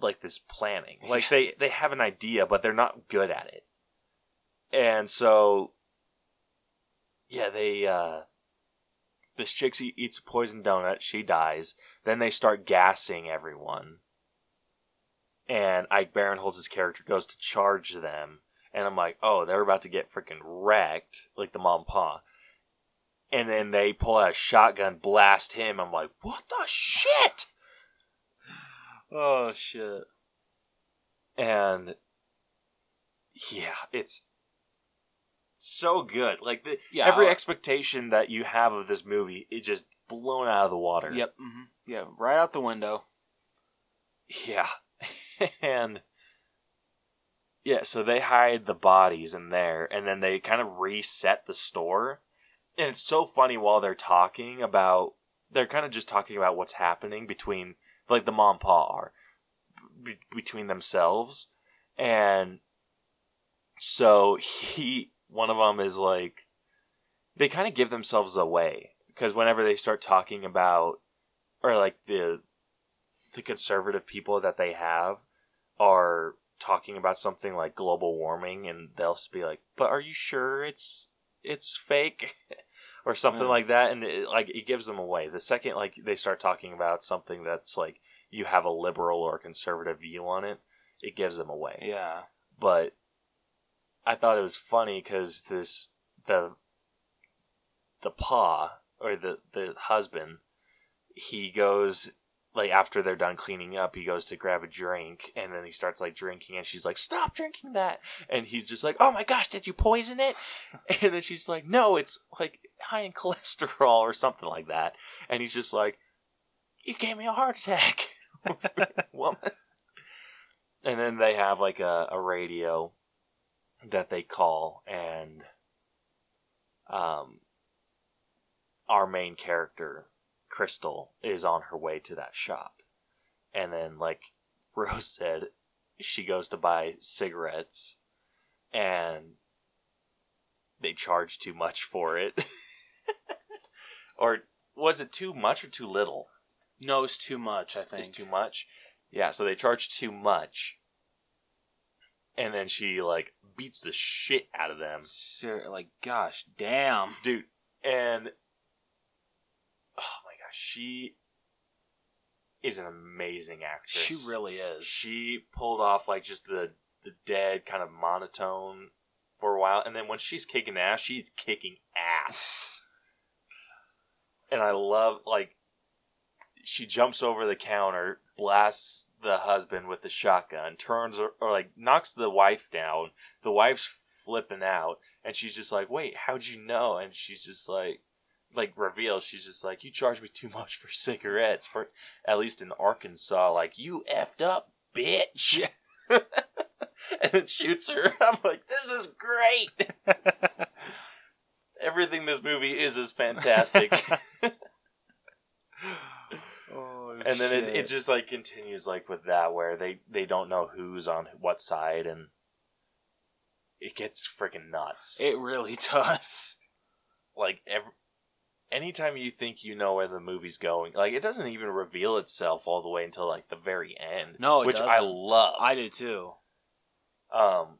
Speaker 1: like this planning, like they they have an idea, but they're not good at it, and so yeah, they uh this chick she eats a poison donut, she dies. Then they start gassing everyone. And Ike Barinholtz's character goes to charge them, and I'm like, oh, they're about to get freaking wrecked, like the mom and pa. And then they pull out a shotgun, blast him. I'm like, what the shit?
Speaker 2: oh shit.
Speaker 1: And yeah, it's so good. Like the,
Speaker 2: Yeah,
Speaker 1: every
Speaker 2: I-
Speaker 1: expectation that you have of this movie, it just blown out of the water.
Speaker 2: Yep. hmm Yeah, right out the window.
Speaker 1: Yeah. [laughs] and yeah, so they hide the bodies in there and then they kind of reset the store. And it's so funny while they're talking about they're kind of just talking about what's happening between like the mom and pa are be- between themselves and so he one of them is like they kind of give themselves away because whenever they start talking about or like the the conservative people that they have are talking about something like global warming and they'll just be like, "But are you sure it's it's fake?" [laughs] or something
Speaker 2: Yeah.
Speaker 1: like that and it, like it gives them away. The second like they start talking about something that's like you have a liberal or conservative view on it, it gives them away
Speaker 2: Yeah.
Speaker 1: but I thought it was funny because this the the pa or the the husband he goes like after they're done cleaning up he goes to grab a drink and then he starts like drinking and she's like stop drinking that and he's just like oh my gosh did you poison it [laughs] and then she's like no it's like high in [laughs] cholesterol or something like that and he's just like you gave me a heart attack [laughs] woman and then they have like a, a radio that they call and um our main character crystal is on her way to that shop and then like [laughs] rose said she goes to buy cigarettes and they charge too much for it [laughs] or was it too much or too little
Speaker 2: No, it's too much. I think
Speaker 1: is too much. Yeah, so they charge too much. And then she like beats the shit out of them.
Speaker 2: Ser- like, gosh, damn.
Speaker 1: Dude, and oh my gosh, she is an amazing actress.
Speaker 2: She really is.
Speaker 1: she pulled off like just the the dead kind of monotone for a while and then when she's kicking ass, she's kicking ass. and I love like she jumps over the counter, blasts the husband with the shotgun, turns or, or like knocks the wife down. The wife's flipping out, and she's just like, "Wait, how'd you know?" And she's just like, like reveals she's just like, "You charged me too much for cigarettes for at least in Arkansas. Like you effed up, bitch." [laughs] and it shoots her. [laughs] I'm like, "This is great." [laughs] Everything this movie is is
Speaker 2: [laughs]
Speaker 1: fantastic. [laughs]
Speaker 2: oh,
Speaker 1: and then it, it just like continues like with that where they they don't know who's on what side and it gets freaking nuts
Speaker 2: It really [laughs] does.
Speaker 1: like every anytime you think you know where the movie's going like it doesn't even reveal itself all the way until like the very end
Speaker 2: No, it
Speaker 1: which i
Speaker 2: doesn't.
Speaker 1: love
Speaker 2: I did too.
Speaker 1: um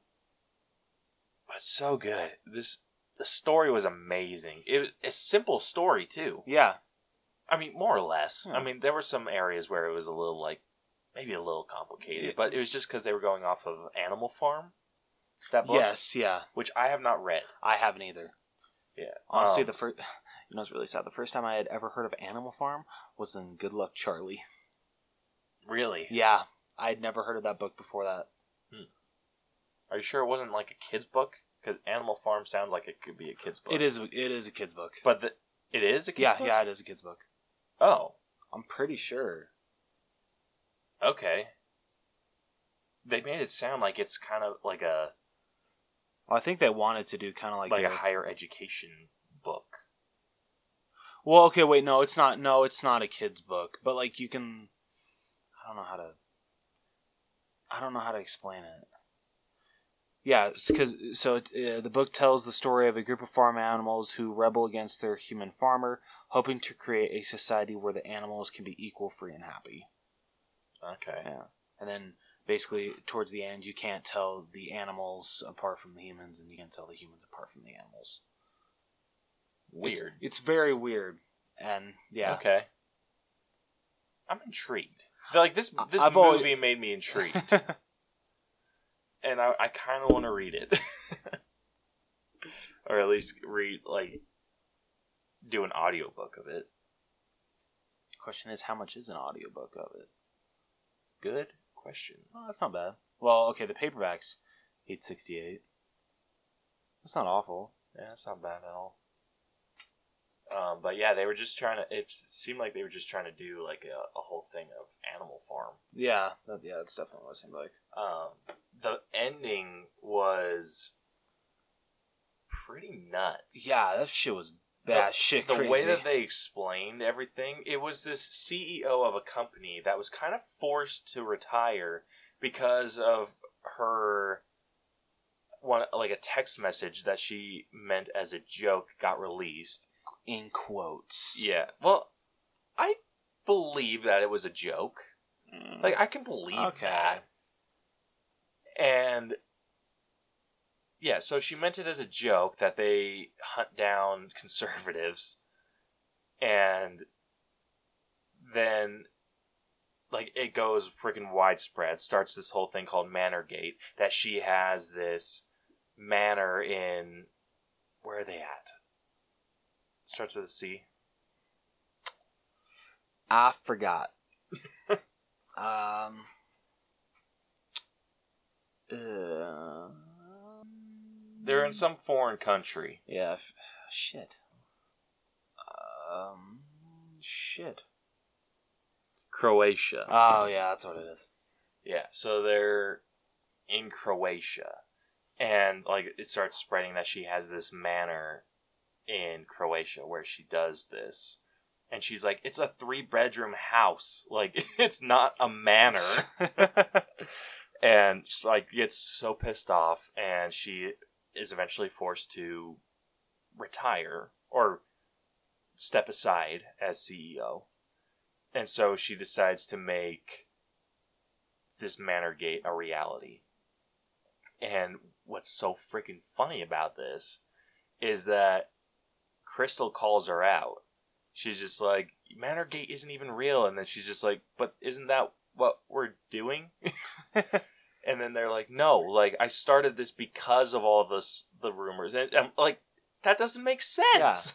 Speaker 1: but so good this the story was amazing it was a simple story too
Speaker 2: Yeah.
Speaker 1: I mean, more or less.
Speaker 2: Yeah.
Speaker 1: I mean, there were some areas where it was a little like maybe a little complicated,
Speaker 2: Yeah.
Speaker 1: but it was just because they were going off of Animal Farm, that book,
Speaker 2: Yes. Yeah.
Speaker 1: which I have not read.
Speaker 2: I haven't either.
Speaker 1: Yeah,
Speaker 2: Honestly,
Speaker 1: Um,
Speaker 2: the first. [sighs] You know, it's really sad. The first time I had ever heard of Animal Farm was in Good Luck Charlie.
Speaker 1: really.
Speaker 2: Yeah, I had never heard of that book before that.
Speaker 1: Are you sure it wasn't like a kids book? Because Animal Farm sounds like it could be a kids book.
Speaker 2: It is. It is a kids book.
Speaker 1: but the, it is a kids
Speaker 2: yeah,
Speaker 1: book.
Speaker 2: yeah, it is a kids book.
Speaker 1: Oh,
Speaker 2: I'm pretty sure.
Speaker 1: okay. They made it sound like it's kind of like a
Speaker 2: Well, I think they wanted to do kind of like,
Speaker 1: like, a higher education book.
Speaker 2: Well, okay, wait, no, it's not. No, it's not a kids book, but like you can. I don't know how to. I don't know how to explain it. Yeah, because so it, uh, the book tells the story of a group of farm animals who rebel against their human farmer, hoping to create a society where the animals can be equal, free, and happy.
Speaker 1: Okay.
Speaker 2: Yeah. And then basically towards the end you can't tell the animals apart from the humans and you can't tell the humans apart from the animals. It's-
Speaker 1: Weird.
Speaker 2: It's, very weird. And yeah.
Speaker 1: Okay. I'm intrigued. Like this,
Speaker 2: I-
Speaker 1: this
Speaker 2: I've
Speaker 1: movie
Speaker 2: always-
Speaker 1: made me
Speaker 2: [laughs]
Speaker 1: intrigued, and I, I kind of want to read it, [laughs] or at least read like do an audiobook of it.
Speaker 2: Question is how much is an audiobook of it?
Speaker 1: Good question.
Speaker 2: Well, that's not bad. Well, okay, the paperback's 868. That's not awful.
Speaker 1: Yeah, that's not bad at all. Um, but yeah, they were just trying to. It seemed like they were just trying to do like a, a whole thing of Animal Farm.
Speaker 2: Yeah, that, yeah, that's definitely what it seemed like.
Speaker 1: um, the ending was pretty nuts.
Speaker 2: Yeah, that shit was
Speaker 1: The-
Speaker 2: bad shit
Speaker 1: The
Speaker 2: crazy.
Speaker 1: way that they explained everything, it was this CEO of a company that was kind of forced to retire because of her one like a text message that she meant as a joke got released.
Speaker 2: in quotes.
Speaker 1: Yeah. Well, I believe that it was a joke.
Speaker 2: Mm,
Speaker 1: Like I can believe
Speaker 2: Okay.
Speaker 1: that. And yeah, so she meant it as a joke that they hunt down [laughs] conservatives and then like it goes freaking widespread, starts this whole thing called Manorgate that she has this manor in where are they at? Starts with a C.
Speaker 2: I [laughs] forgot. um. Uh,
Speaker 1: They're
Speaker 2: Mm.
Speaker 1: in some foreign country.
Speaker 2: Yeah. F- shit. Um. Shit.
Speaker 1: Croatia.
Speaker 2: Oh yeah, that's what it is.
Speaker 1: Yeah, so they're in Croatia, and like it starts spreading that she has this manor in Croatia where she does this, and she's like, "It's a three bedroom house, [laughs] like it's not a manor." [laughs] and she's like gets so pissed off, and she is eventually forced to retire or step aside as CEO, and so she decides to make this manor gate a reality. And what's so freaking funny about this is that Crystal calls her out. She's just like, Manor Gate isn't even real. And then she's just like, but isn't that what we're doing? [laughs] and then they're like, no, like, I started this because of all this, the rumors. And I'm like, that doesn't make sense.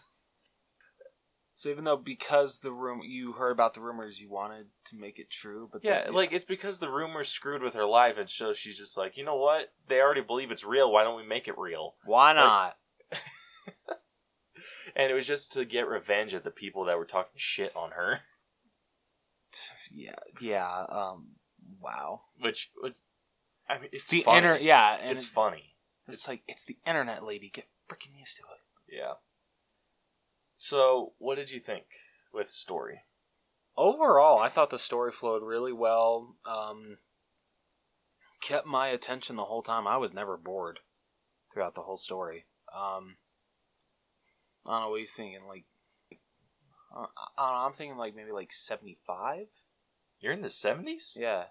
Speaker 2: So even though because the room you heard about the rumors, you wanted to make it true, but
Speaker 1: Yeah,
Speaker 2: then-
Speaker 1: like it's because the rumors screwed with her life, and so she's just like, you know what? They already believe it's real. Why don't we make it real?
Speaker 2: why not?
Speaker 1: And it was just to get revenge at the people that were talking shit on her, [laughs]
Speaker 2: yeah, yeah. Um, wow.
Speaker 1: which was, I mean,
Speaker 2: It's,
Speaker 1: it's,
Speaker 2: the
Speaker 1: funny.
Speaker 2: inner, yeah, and
Speaker 1: it's
Speaker 2: it-
Speaker 1: funny.
Speaker 2: It's like it's the internet, lady. Get freaking used to it.
Speaker 1: Yeah. So, what did you think with the story?
Speaker 2: Overall, I thought the story flowed really well. Um, kept my attention the whole time. I was never bored throughout the whole story. Um, I don't know what you're thinking. Like, I I don't know, I'm thinking like maybe like seventy five.
Speaker 1: You're in the seventies.
Speaker 2: Yeah.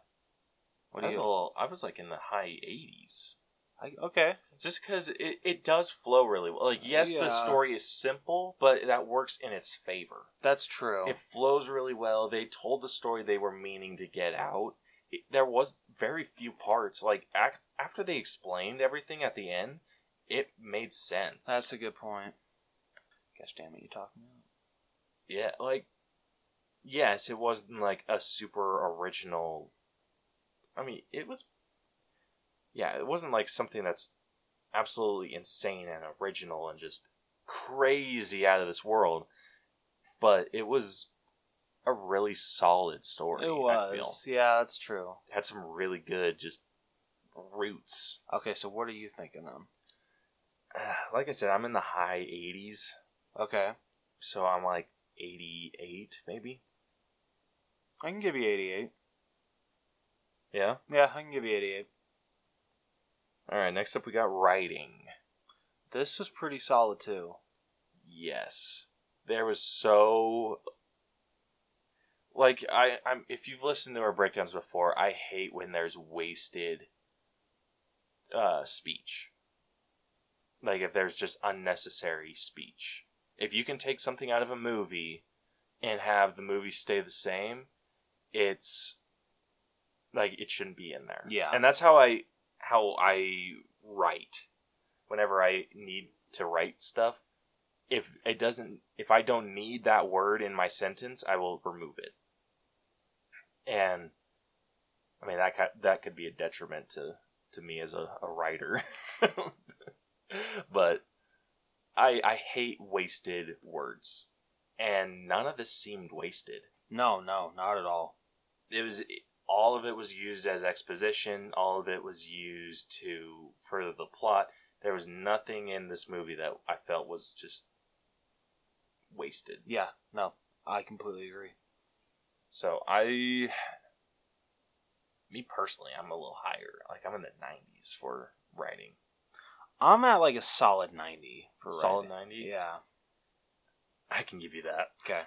Speaker 1: I was a little. I was like in the high eighties.
Speaker 2: I, okay.
Speaker 1: Just because it, it does flow really well. Like, yes,
Speaker 2: Yeah.
Speaker 1: the story is simple, but that works in its favor.
Speaker 2: That's true.
Speaker 1: It flows really well. They told the story they were meaning to get out. It, there was very few parts. Like ac- after they explained everything at the end, it made sense.
Speaker 2: That's a good point. Gosh damn it, you talking about?
Speaker 1: yeah. Like yes, it wasn't like a super original. I mean, it was. Yeah, it wasn't like something that's absolutely insane and original and just crazy out of this world, but it was a really solid story.
Speaker 2: It
Speaker 1: I feel.
Speaker 2: was. Yeah, that's true.
Speaker 1: had some really good just roots. [sighs]
Speaker 2: Okay, so what are you thinking then?
Speaker 1: Like I said, I'm in the high 80s,
Speaker 2: Okay.
Speaker 1: so I'm like 88 maybe.
Speaker 2: I can give you 88.
Speaker 1: Yeah.
Speaker 2: Yeah, I can give you 88.
Speaker 1: All right. Next up, we got writing.
Speaker 2: This was pretty solid too.
Speaker 1: Yes, there was so. Like I, I'm. If you've listened to our breakdowns before, I hate when there's wasted. Uh, speech. Like if there's just unnecessary speech. If you can take something out of a movie, and have the movie stay the same, it's. Like it shouldn't be in there.
Speaker 2: Yeah.
Speaker 1: and that's how I how I write. Whenever I need to write stuff, if it doesn't if i don't need that word in my sentence i will remove it and i mean that ki- that could be a detriment to to me as a, a writer [laughs] but i i hate wasted words and none of this seemed wasted
Speaker 2: No, no, not at all.
Speaker 1: it was all of it was used as exposition all of it was used to further the plot there was nothing in this movie that i felt was just wasted
Speaker 2: Yeah, no. I completely agree.
Speaker 1: so i me personally i'm a little higher like i'm in the 90s for writing
Speaker 2: I'm at like a solid 90 for
Speaker 1: solid
Speaker 2: writing.
Speaker 1: 90
Speaker 2: Yeah.
Speaker 1: i can give you that
Speaker 2: Okay.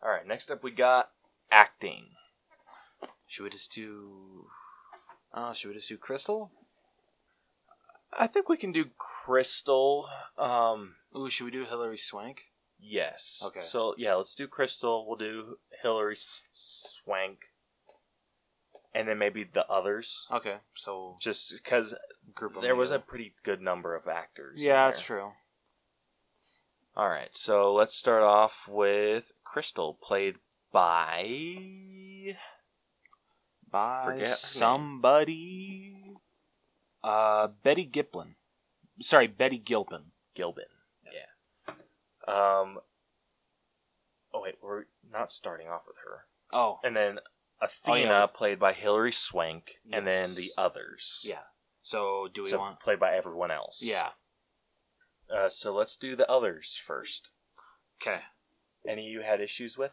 Speaker 1: all right next up we got acting
Speaker 2: Should we just do? Uh, should we just do crystal?
Speaker 1: I think we can do crystal. Um,
Speaker 2: Ooh, should we do Hillary Swank?
Speaker 1: yes.
Speaker 2: Okay.
Speaker 1: So yeah, let's do crystal. We'll do Hillary S- Swank, and then maybe the others.
Speaker 2: Okay, so
Speaker 1: Just because
Speaker 2: group them
Speaker 1: there was a
Speaker 2: together.
Speaker 1: pretty good number of actors. in
Speaker 2: yeah, that's
Speaker 1: there.
Speaker 2: true.
Speaker 1: All right, so let's start off with Crystal, played by
Speaker 2: By
Speaker 1: Forget her name.
Speaker 2: somebody. Uh, Betty Giplin. Sorry, Betty Gilpin.
Speaker 1: Gilbin. Yeah. Um. Oh wait, we're not starting off with her.
Speaker 2: Oh,
Speaker 1: And then
Speaker 2: Oh,
Speaker 1: Athena,
Speaker 2: yeah.
Speaker 1: played by Hilary Swank, and then
Speaker 2: Yes.
Speaker 1: the others.
Speaker 2: yeah. So do we
Speaker 1: So
Speaker 2: want?
Speaker 1: played by everyone else.
Speaker 2: Yeah.
Speaker 1: Uh, so let's do the others first.
Speaker 2: Okay.
Speaker 1: Any you had issues with?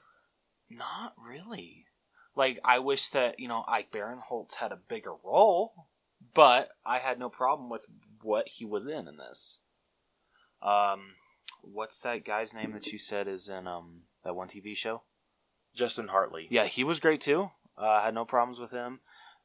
Speaker 2: Not really. Like I wish that you know Ike Barinholtz had a bigger role, but I had no problem with what he was in in this. Um, what's that guy's name that you said is in um that one TV show?
Speaker 1: Justin Hartley.
Speaker 2: Yeah, he was great too. Uh, I had no problems with him.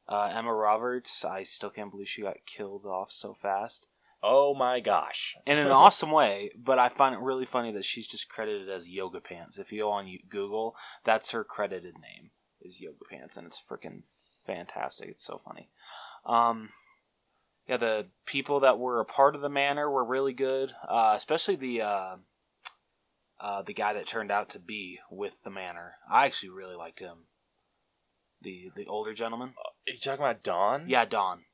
Speaker 2: Uh, Emma Roberts, I still can't believe she got killed off so fast
Speaker 1: Oh my gosh.
Speaker 2: in an awesome way. But I find it really funny that she's just credited as Yoga Pants. If you go on Google, that's her credited name is Yoga Pants, and it's freaking fantastic. It's so funny. Um, yeah, the people that were a part of the manor were really good, uh, especially the uh, uh, the guy that turned out to be with the manor. I actually really liked him. The the older gentleman.
Speaker 1: Are you talking about Don?
Speaker 2: Yeah, Don.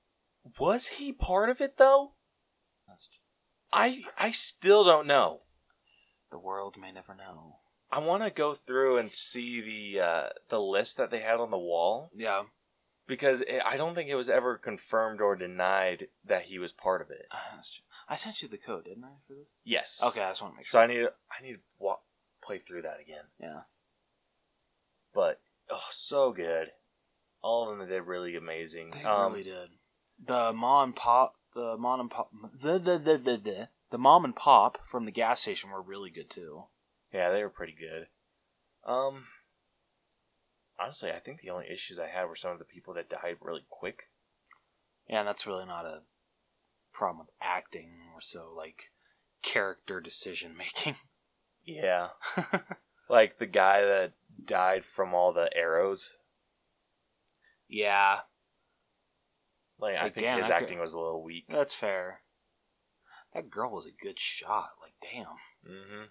Speaker 1: Was he part of it though?
Speaker 2: That's,
Speaker 1: I I still don't know.
Speaker 2: the world may never know.
Speaker 1: I want to go through and see the uh, the list that they had on the wall
Speaker 2: Yeah.
Speaker 1: because it, I don't think it was ever confirmed or denied that he was part of it.
Speaker 2: Uh, [sighs] that's true. I sent you the code, didn't I, for this?
Speaker 1: Yes.
Speaker 2: Okay, I just want to make
Speaker 1: So
Speaker 2: sure.
Speaker 1: I need I need to walk, play through that again.
Speaker 2: yeah.
Speaker 1: But oh, so good. All of them did really amazing.
Speaker 2: They
Speaker 1: um,
Speaker 2: really did. The mom and pop, the mom and pop, the the the the the, the mom and pop from the gas station were really good too.
Speaker 1: Yeah, they were pretty good. Um, honestly, I think the only issues I had were some of the people that died really quick.
Speaker 2: Yeah, and that's really not a problem with acting or so like character decision making. [laughs]
Speaker 1: Yeah. like the guy that died from all the arrows.
Speaker 2: yeah,
Speaker 1: Like I think
Speaker 2: Again,
Speaker 1: his
Speaker 2: I could-
Speaker 1: acting was a little weak.
Speaker 2: that's fair. That girl was a good shot. Like, damn,
Speaker 1: Mm-hmm.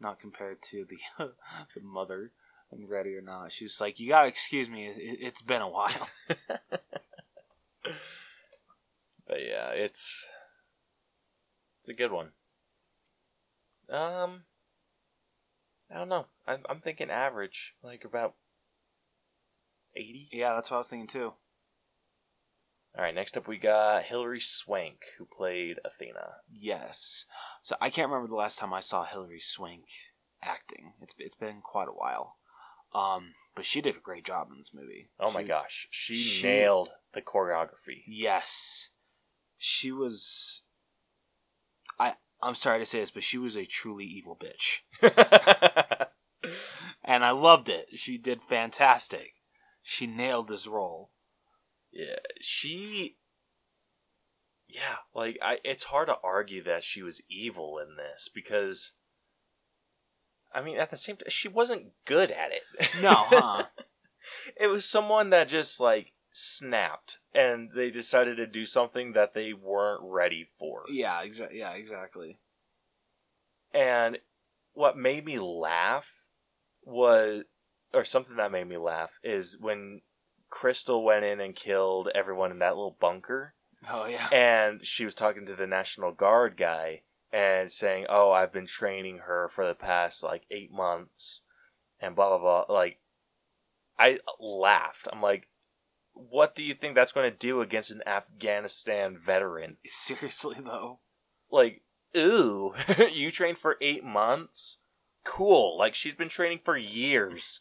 Speaker 2: not compared to the [laughs] the mother. And ready or not, she's like, you gotta excuse me. It, it's been a while.
Speaker 1: But yeah, it's it's a good one. Um, I don't know. I'm I'm thinking average, like about eighty.
Speaker 2: yeah, that's what I was thinking too.
Speaker 1: All right. Next up, we got Hilary Swank, who played Athena.
Speaker 2: Yes. So I can't remember the last time I saw Hilary Swank acting. It's it's been quite a while. Um, but she did a great job in this movie.
Speaker 1: Oh my
Speaker 2: She-
Speaker 1: gosh, she,
Speaker 2: she-
Speaker 1: nailed the choreography.
Speaker 2: Yes. She was I I'm sorry to say this, but she was a truly evil
Speaker 1: [laughs]
Speaker 2: bitch. And I loved it. She did fantastic. She nailed this role.
Speaker 1: yeah, she. Yeah, like I, it's hard to argue that she was evil in this because. I mean, at the same time, she wasn't good at it.
Speaker 2: No, huh?
Speaker 1: [laughs] it was someone that just like snapped and they decided to do something that they weren't ready for.
Speaker 2: yeah, exa- yeah, exactly.
Speaker 1: And what made me laugh was, or something that made me laugh, is when Crystal went in and killed everyone in that little bunker.
Speaker 2: Oh yeah.
Speaker 1: And she was talking to the National Guard guy and saying, Oh, I've been training her for the past like eight months and blah, blah, blah. Like, I laughed. I'm like, What do you think that's going to do against an Afghanistan veteran?
Speaker 2: Seriously though.
Speaker 1: like ooh [laughs] you trained for eight months cool like she's been training for years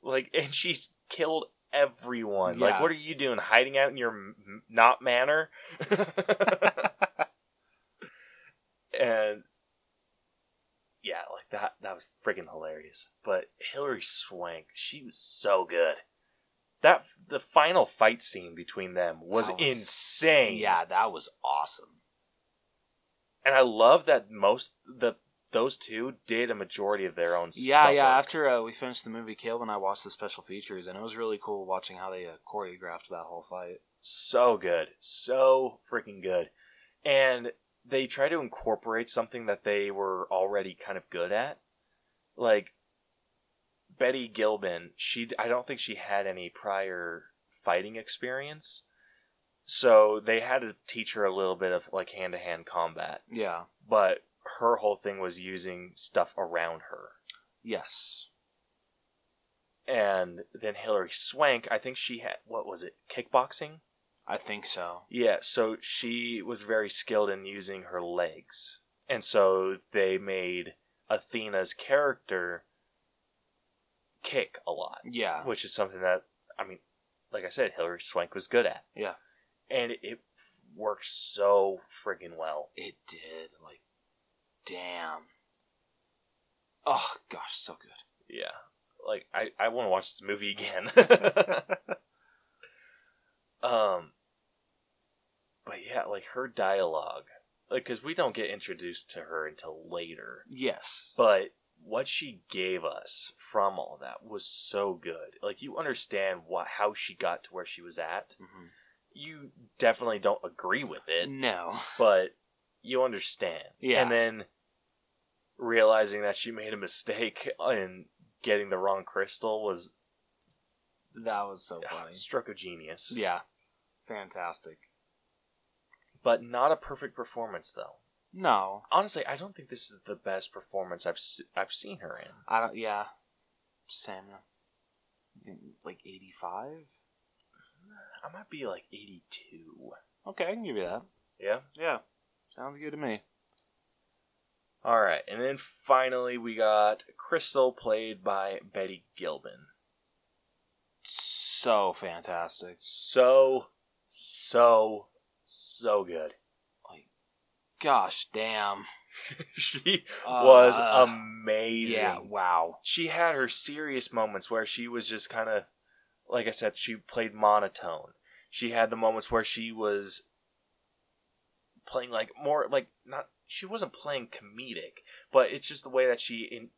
Speaker 1: like [laughs] and she's killed everyone like
Speaker 2: Yeah.
Speaker 1: what are you doing hiding out in your m- m- not manor [laughs] and yeah like that that was freaking hilarious but hillary swank she was so good That the final fight scene between them was,
Speaker 2: That
Speaker 1: insane.
Speaker 2: Yeah, that was awesome.
Speaker 1: and I love that most the those two did a majority of their own.
Speaker 2: Yeah,
Speaker 1: stunt
Speaker 2: yeah.
Speaker 1: work.
Speaker 2: After uh, we finished the movie, Caleb and I watched the special features, and it was really cool watching how they uh, choreographed that whole fight.
Speaker 1: so good, so freaking good, and they try to incorporate something that they were already kind of good at, like Betty Gilbin. She, I don't think she had any prior fighting experience, so they had to teach her a little bit of like hand to hand combat.
Speaker 2: Yeah.
Speaker 1: But her whole thing was using stuff around her.
Speaker 2: Yes.
Speaker 1: and then Hillary Swank, I think she had what was it? Kickboxing?
Speaker 2: I think so.
Speaker 1: Yeah, so she was very skilled in using her legs. And so they made Athena's character kick a lot,
Speaker 2: Yeah.
Speaker 1: which is something that I mean, like I said, Hillary Swank was good at.
Speaker 2: Yeah.
Speaker 1: And it worked so friggin' well.
Speaker 2: It did. Like, damn. Oh gosh, so good.
Speaker 1: Yeah. Like I, I want to watch this movie again. [laughs] um but yeah, like her dialogue. Like cuz we don't get introduced to her until later.
Speaker 2: Yes.
Speaker 1: But what she gave us from all that was so good. Like you understand what how she got to where she was at.
Speaker 2: hmm
Speaker 1: You definitely don't agree with it,
Speaker 2: No.
Speaker 1: but you understand.
Speaker 2: Yeah.
Speaker 1: And then realizing that she made a mistake and getting the wrong crystal was
Speaker 2: That was
Speaker 1: [sighs]
Speaker 2: so
Speaker 1: ah,
Speaker 2: funny.
Speaker 1: stroke of genius.
Speaker 2: Yeah. Fantastic.
Speaker 1: But not a perfect performance though.
Speaker 2: No.
Speaker 1: Honestly, I don't think this is the best performance I've se- I've seen her in.
Speaker 2: I don't yeah. Stamina. Like eighty five?
Speaker 1: I might be like 82.
Speaker 2: Okay, I can give you that.
Speaker 1: Yeah.
Speaker 2: Yeah. Sounds good to me.
Speaker 1: All right. And then finally we got Crystal played by Betty Gilbin.
Speaker 2: So fantastic.
Speaker 1: So so so good. [laughs]
Speaker 2: Like gosh damn.
Speaker 1: she was
Speaker 2: Uh,
Speaker 1: amazing.
Speaker 2: Yeah, wow.
Speaker 1: she had her serious moments where she was just kind of like i said she played monotone she had the moments where she was playing like more like not she wasn't playing comedic but it's just the way that she in,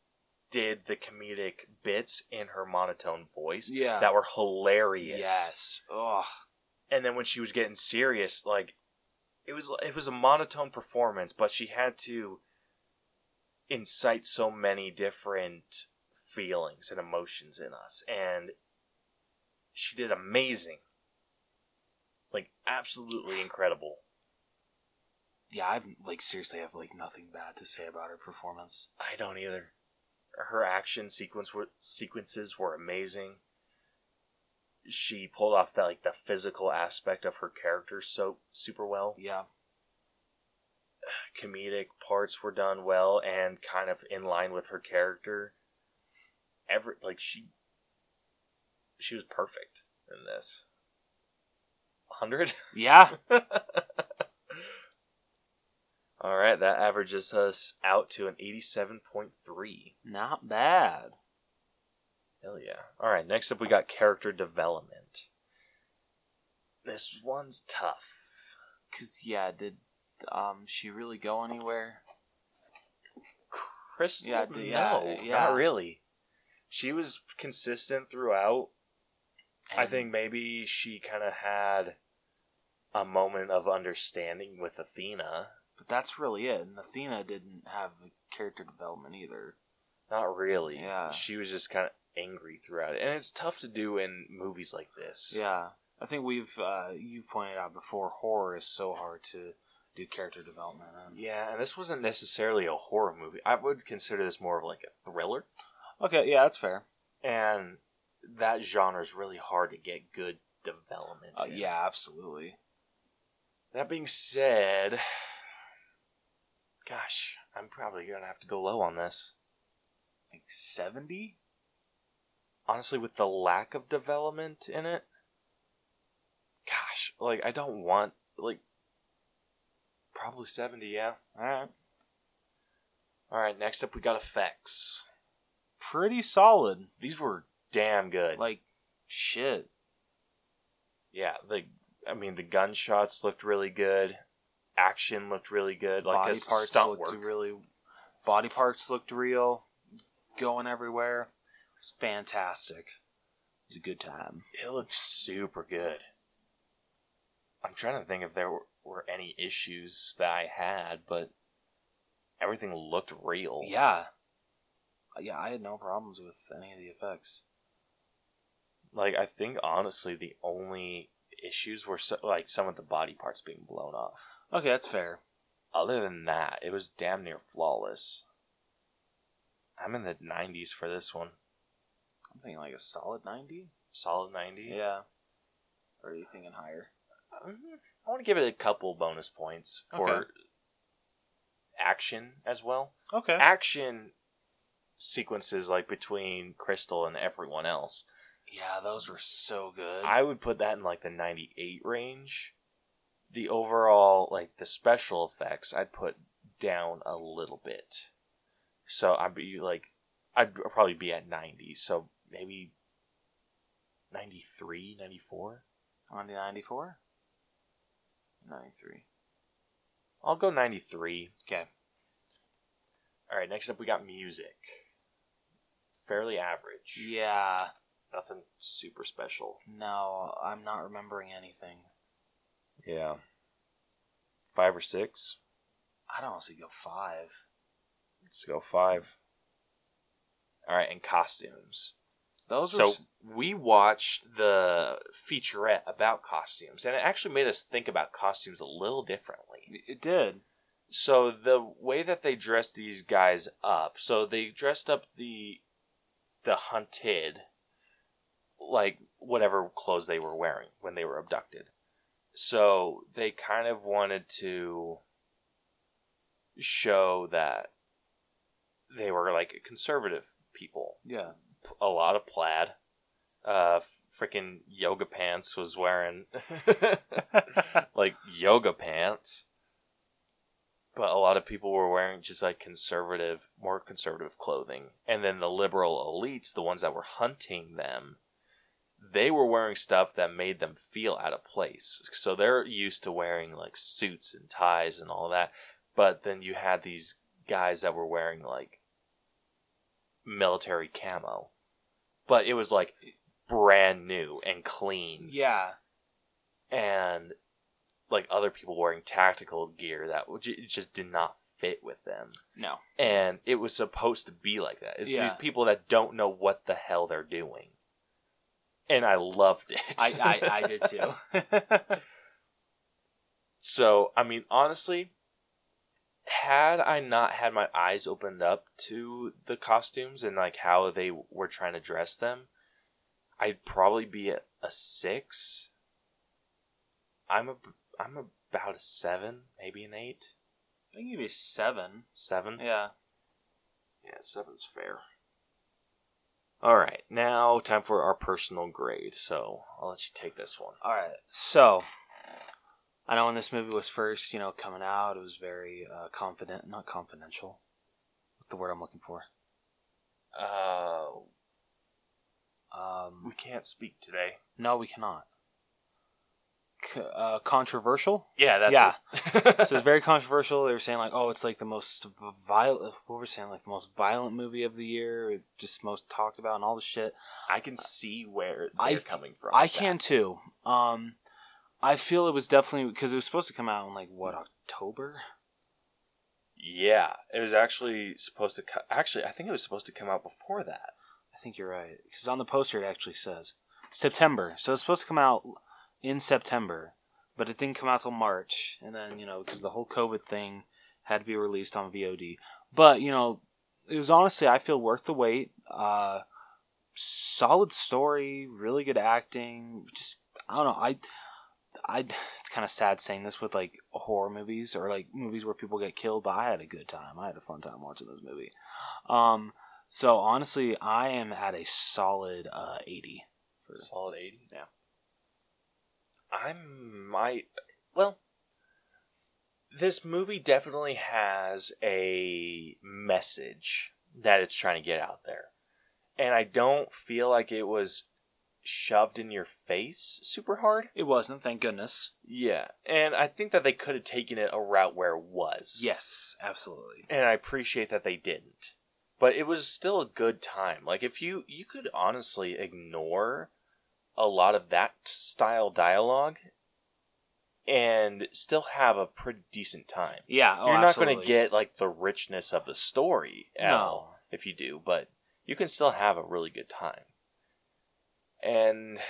Speaker 1: did the comedic bits in her monotone voice
Speaker 2: Yeah.
Speaker 1: that were hilarious
Speaker 2: yes. Oh
Speaker 1: and then when she was getting serious like it was it was a monotone performance but she had to incite so many different feelings and emotions in us and she did amazing like absolutely incredible
Speaker 2: yeah, I've like seriously I have like nothing bad to say about her performance.
Speaker 1: i don't either her action sequence were, sequences were amazing she pulled off that like the physical aspect of her character so super well
Speaker 2: Yeah.
Speaker 1: comedic parts were done well and kind of in line with her character. Ever like she she was perfect in this. 100.
Speaker 2: Yeah.
Speaker 1: [laughs] All right, that averages us out to an 87.3.
Speaker 2: Not bad.
Speaker 1: Hell yeah. All right, next up we got character development. This one's tough.
Speaker 2: Cause yeah, did um she really go anywhere?
Speaker 1: Crystal,
Speaker 2: Yeah,
Speaker 1: no,
Speaker 2: d- yeah, yeah.
Speaker 1: not really. She was consistent throughout I
Speaker 2: And-
Speaker 1: think maybe she kind of had a moment of understanding with Athena.
Speaker 2: But that's really it. And Athena didn't have character development either.
Speaker 1: Not really.
Speaker 2: Yeah.
Speaker 1: She was just kind of angry throughout it. And it's tough to do in movies like this.
Speaker 2: Yeah. I think we've, uh, you pointed out before, horror is so hard to do character development in.
Speaker 1: Yeah, and this wasn't necessarily a horror movie. I would consider this more of like a thriller.
Speaker 2: Okay, yeah, that's fair.
Speaker 1: And that genre is really hard to get good development.
Speaker 2: Uh,
Speaker 1: in.
Speaker 2: yeah, absolutely.
Speaker 1: That being said, gosh, I'm probably going to have to go low on this.
Speaker 2: Like 70?
Speaker 1: honestly with the lack of development in it gosh like i don't want like probably 70 yeah
Speaker 2: Alright.
Speaker 1: all right next up we got effects
Speaker 2: Pretty solid.
Speaker 1: these were damn good
Speaker 2: Like, shit.
Speaker 1: Yeah, the I mean the gunshots looked really good. Action looked really good. Like
Speaker 2: body
Speaker 1: as
Speaker 2: parts
Speaker 1: stunt
Speaker 2: looked
Speaker 1: work.
Speaker 2: really. Body parts looked real, going everywhere. It's fantastic. It's a good time.
Speaker 1: It looked super good. I'm trying to think if there were, were any issues that I had, but everything looked real.
Speaker 2: Yeah, Uh, yeah. I had no problems with any of the effects.
Speaker 1: Like I think honestly the only issues were so, like some of the body parts being blown off.
Speaker 2: Okay, that's fair.
Speaker 1: Other than that, it was damn near flawless. I'm in the 90s for this one.
Speaker 2: I'm thinking like a solid ninety.
Speaker 1: Solid 90.
Speaker 2: Yeah. Or are you thinking higher?
Speaker 1: Um, I want to give it a couple bonus points for
Speaker 2: Okay.
Speaker 1: action as well.
Speaker 2: Okay. [laughs]
Speaker 1: Action sequences like between Crystal and everyone else.
Speaker 2: Yeah, those were so good.
Speaker 1: I would put that in like the 98 range. The overall like the special effects I'd put down a little bit. So I'd be like I'd probably be at 90. So maybe 93, 94.
Speaker 2: On the 94? 93.
Speaker 1: I'll go 93.
Speaker 2: Okay.
Speaker 1: All right, next up we got music. Fairly average.
Speaker 2: Yeah.
Speaker 1: Nothing super special.
Speaker 2: No, I'm not remembering anything.
Speaker 1: Yeah. Five or six.
Speaker 2: I'd honestly go five.
Speaker 1: Let's go five. All right, and costumes.
Speaker 2: Those
Speaker 1: so
Speaker 2: were. s-
Speaker 1: we watched the featurette about costumes, and it actually made us think about costumes a little differently.
Speaker 2: It did.
Speaker 1: so the way that they dressed these guys up so they dressed up the the hunted like whatever clothes they were wearing when they were abducted so they kind of wanted to show that they were like conservative people
Speaker 2: Yeah.
Speaker 1: a lot of plaid uh freaking yoga pants was wearing [laughs] like yoga pants. But a lot of people were wearing just like conservative, more conservative clothing. And then the liberal elites, the ones that were hunting them, they were wearing stuff that made them feel out of place. So they're used to wearing like suits and ties and all that. But then you had these guys that were wearing like military camo. But it was like brand new and clean
Speaker 2: Yeah.
Speaker 1: and like other people wearing tactical gear that would ju- it just did not fit with them.
Speaker 2: No.
Speaker 1: And it was supposed to be like that. It's
Speaker 2: Yeah.
Speaker 1: these people that don't know what the hell they're doing. And I loved it.
Speaker 2: I, I, I did [laughs] too.
Speaker 1: [laughs] so, I mean, honestly, had I not had my eyes opened up to the costumes and like how they were trying to dress them, I'd probably be at a six. I'm a I'm about a seven, maybe an eight,
Speaker 2: I think it'd be seven.
Speaker 1: seven.
Speaker 2: Yeah.
Speaker 1: Yeah, seven's fair. All right, now time for our personal grade. So I'll let you take this one.
Speaker 2: All right. So, I know when this movie was first, you know, coming out, it was very uh, confident, not confidential. What's the word I'm looking for?
Speaker 1: Uh, we
Speaker 2: Um,
Speaker 1: can't speak today.
Speaker 2: no, we cannot. C- uh, controversial.
Speaker 1: Yeah, that's
Speaker 2: Yeah.
Speaker 1: It. [laughs]
Speaker 2: [laughs] so it's very controversial. They were saying like, "Oh, it's like the most violent." What were we saying? Like the most violent movie of the year, or just most talked about, and all the shit.
Speaker 1: I can see where
Speaker 2: I-
Speaker 1: they're coming from.
Speaker 2: I
Speaker 1: with that.
Speaker 2: can too. Um, I feel it was definitely because it was supposed to come out in like what October.
Speaker 1: Yeah, it was actually supposed to. Co- actually, I think it was supposed to come out before that.
Speaker 2: I think you're right because on the poster it actually says September. So it's supposed to come out in September, but it didn't come out till March. And then you know because the whole COVID thing had to be released on VOD. But you know it was honestly I feel worth the wait. Uh, solid story, really good acting. Just I don't know I. I, it's kind of sad saying this with like horror movies or like movies where people get killed, but I had a good time. I had a fun time watching this movie. Um, so honestly, I am at a solid uh, eighty.
Speaker 1: Solid eighty.
Speaker 2: Yeah.
Speaker 1: I might. Well, this movie definitely has a message that it's trying to get out there, and I don't feel like it was shoved in your face super hard.
Speaker 2: It wasn't, thank goodness.
Speaker 1: Yeah, and I think that they could have taken it a route where it was.
Speaker 2: Yes, absolutely.
Speaker 1: and I appreciate that they didn't. But it was still a good time. Like if you you could honestly ignore a lot of that style dialogue and still have a pretty decent time.
Speaker 2: Yeah, oh,
Speaker 1: You're not going
Speaker 2: absolutely.
Speaker 1: to get like the richness of the story at
Speaker 2: No.
Speaker 1: all if you do, but you can still have a really good time. And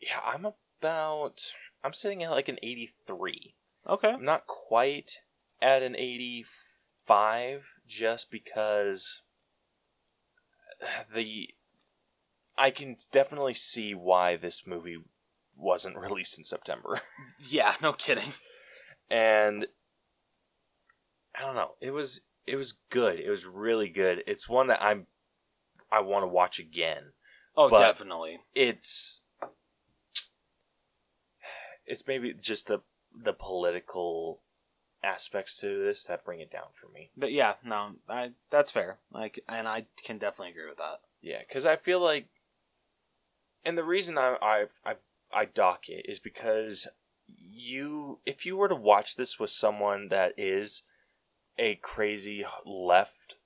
Speaker 1: yeah, I'm about I'm sitting at like an 83.
Speaker 2: Okay.
Speaker 1: I'm not quite at an 85 just because the I can definitely see why this movie wasn't [laughs] released in September.
Speaker 2: Yeah, [laughs] no kidding.
Speaker 1: And I don't know. It was it was good. It was really good. It's one that I'm I want to watch again.
Speaker 2: Oh,
Speaker 1: But-
Speaker 2: definitely.
Speaker 1: It's it's maybe just the the political aspects to this that bring it down for me.
Speaker 2: But yeah, no, I that's fair. Like, and I can definitely agree with that.
Speaker 1: Yeah, because I feel like, and the reason I I I, I dock it is because you, if you were to watch this with someone that is a crazy left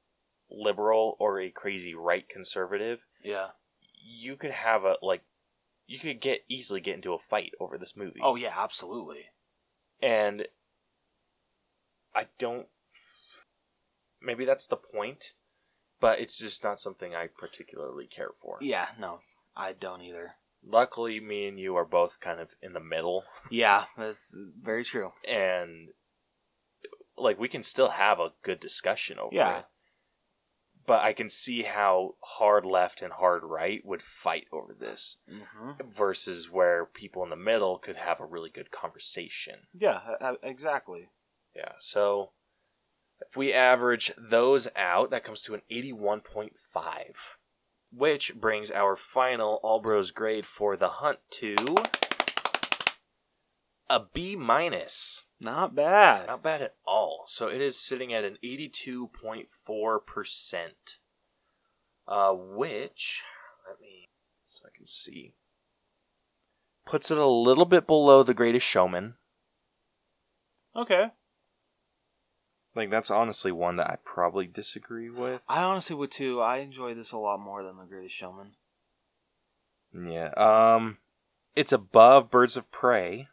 Speaker 1: liberal or a crazy right conservative,
Speaker 2: Yeah.
Speaker 1: you could have a like, you could get easily get into a fight over this movie.
Speaker 2: Oh yeah, absolutely.
Speaker 1: and I don't. Maybe that's the point, but it's just not something I particularly care for.
Speaker 2: Yeah, no, I don't either.
Speaker 1: luckily me and you are both kind of in the middle
Speaker 2: Yeah, that's very true.
Speaker 1: and like we can still have a good discussion over
Speaker 2: Yeah.
Speaker 1: it but i can see how hard left and hard right would fight over this
Speaker 2: hmm
Speaker 1: versus where people in the middle could have a really good conversation
Speaker 2: Yeah, uh, exactly.
Speaker 1: yeah so if we average those out that comes to an 81.5 which brings our final Albro's grade for the hunt to a B minus.
Speaker 2: Not bad.
Speaker 1: Not bad at all. So it is sitting at an 82.4%. Uh, which, let me, so I can see, puts it a little bit below The Greatest Showman.
Speaker 2: Okay.
Speaker 1: Like, that's honestly one that I probably disagree with.
Speaker 2: I honestly would too. I enjoy this a lot more than The Greatest Showman.
Speaker 1: Yeah. Um, it's above Birds of Prey.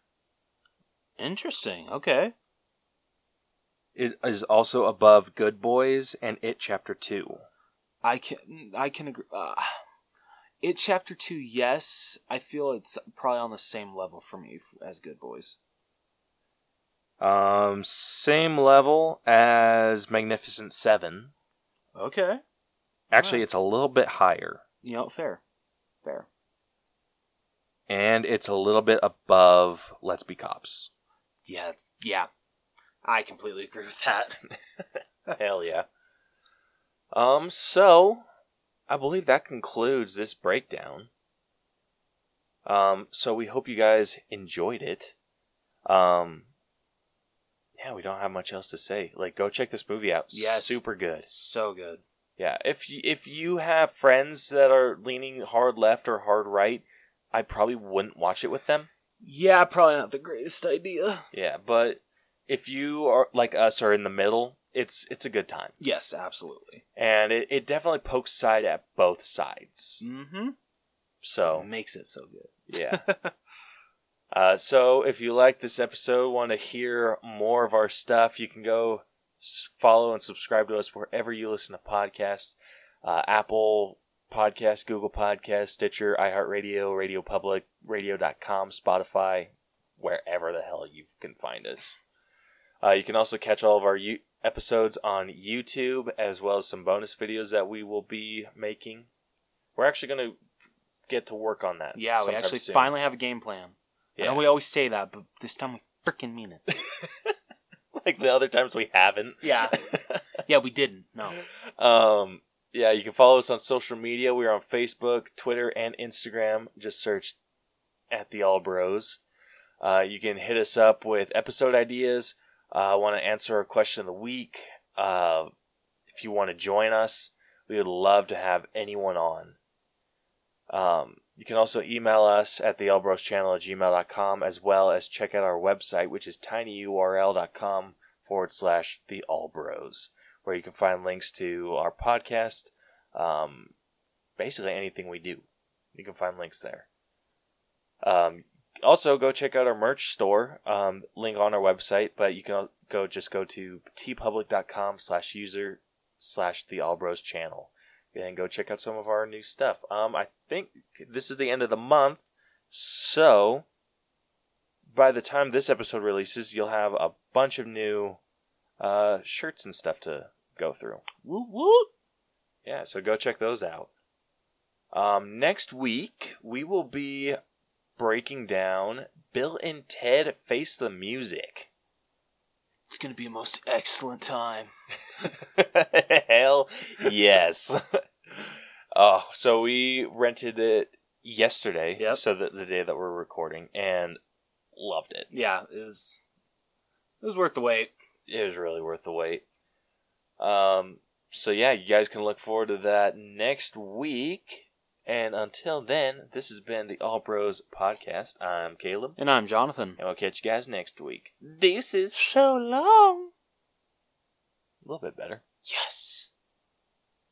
Speaker 2: Interesting. Okay.
Speaker 1: It is also above Good Boys and It Chapter 2.
Speaker 2: I can I can agree. Uh, it chapter two. Yes, I feel it's probably on the same level for me f- as Good Boys.
Speaker 1: Um, same level as Magnificent Seven.
Speaker 2: Okay.
Speaker 1: Actually,
Speaker 2: Wow.
Speaker 1: it's a little bit higher,
Speaker 2: You know, fair, fair.
Speaker 1: and it's a little bit above Let's Be Cops.
Speaker 2: Yeah, it's- yeah. I completely agree with that.
Speaker 1: [laughs]
Speaker 2: [laughs]
Speaker 1: Hell yeah. Um, so I believe that concludes this breakdown. Um, so we hope you guys enjoyed it. Um, yeah, we don't have much else to say. Like, go check this movie out.
Speaker 2: Yes.
Speaker 1: super good.
Speaker 2: so good.
Speaker 1: Yeah, if you, if you have friends that are leaning hard left or hard right, I probably wouldn't watch it with them.
Speaker 2: Yeah, probably not the greatest idea.
Speaker 1: Yeah, but if you are like us are in the middle, it's it's a good time,
Speaker 2: Yes, absolutely.
Speaker 1: and it, it definitely pokes side at both sides.
Speaker 2: Mm-hmm.
Speaker 1: So
Speaker 2: makes it so good.
Speaker 1: yeah. Uh, so if you like this episode, want to hear more of our stuff, you can go s- follow and subscribe to us wherever you listen to podcasts: uh, Apple Podcasts, Google Podcasts, Stitcher, iHeartRadio, Radio Public, Radio.com, Spotify, wherever the hell you can find us. Uh, you can also catch all of our you episodes on YouTube, as well as some bonus videos that we will be making. We're actually going to get to work on that.
Speaker 2: Yeah, we
Speaker 1: sometime
Speaker 2: actually
Speaker 1: soon.
Speaker 2: finally have a game plan. I know we always say that, but this time we freaking mean it.
Speaker 1: [laughs] like the other times we haven't.
Speaker 2: [laughs] Yeah. [laughs] yeah, we didn't. [laughs] No.
Speaker 1: um, yeah, you can follow us on social media. We're on Facebook, Twitter, and Instagram. Just search at the All Bros. Uh, you can hit us up with episode ideas. Uh, want to answer a question of the week? Uh, if you want to join us, we would love to have anyone on. Um, You can also email us at the channel at gmail.com as well as check out our website, which is tinyurl.com forward slash the Allbros, where you can find links to our podcast, um, basically anything we do. You can find links there. Um, also, go check out our merch store, um, link on our website, but you can go just go to tpublic.com slash user slash the Allbros channel and go check out some of our new stuff. Um, I think this is the end of the month, so by the time this episode releases, you'll have a bunch of new uh, shirts and stuff to go through.
Speaker 2: Woo woo.
Speaker 1: Yeah, so go check those out. Um, next week we will be breaking down Bill and Ted Face the Music. [laughs]
Speaker 2: It's gonna be a most excellent time.
Speaker 1: Hell yes. [laughs] oh, so we rented it yesterday,
Speaker 2: Yep.
Speaker 1: so that the day that we're recording, and loved it.
Speaker 2: Yeah, it was. It was worth the wait.
Speaker 1: It was really worth the wait. Um, so yeah, you guys can look forward to that next week. And until then, this has been the All Bros Podcast. I'm Caleb,
Speaker 2: And I'm Jonathan.
Speaker 1: and we'll catch you guys next week.
Speaker 2: Deuces. So long.
Speaker 1: A little bit better.
Speaker 2: Yes.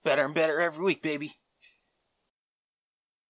Speaker 2: Better and better every week, baby.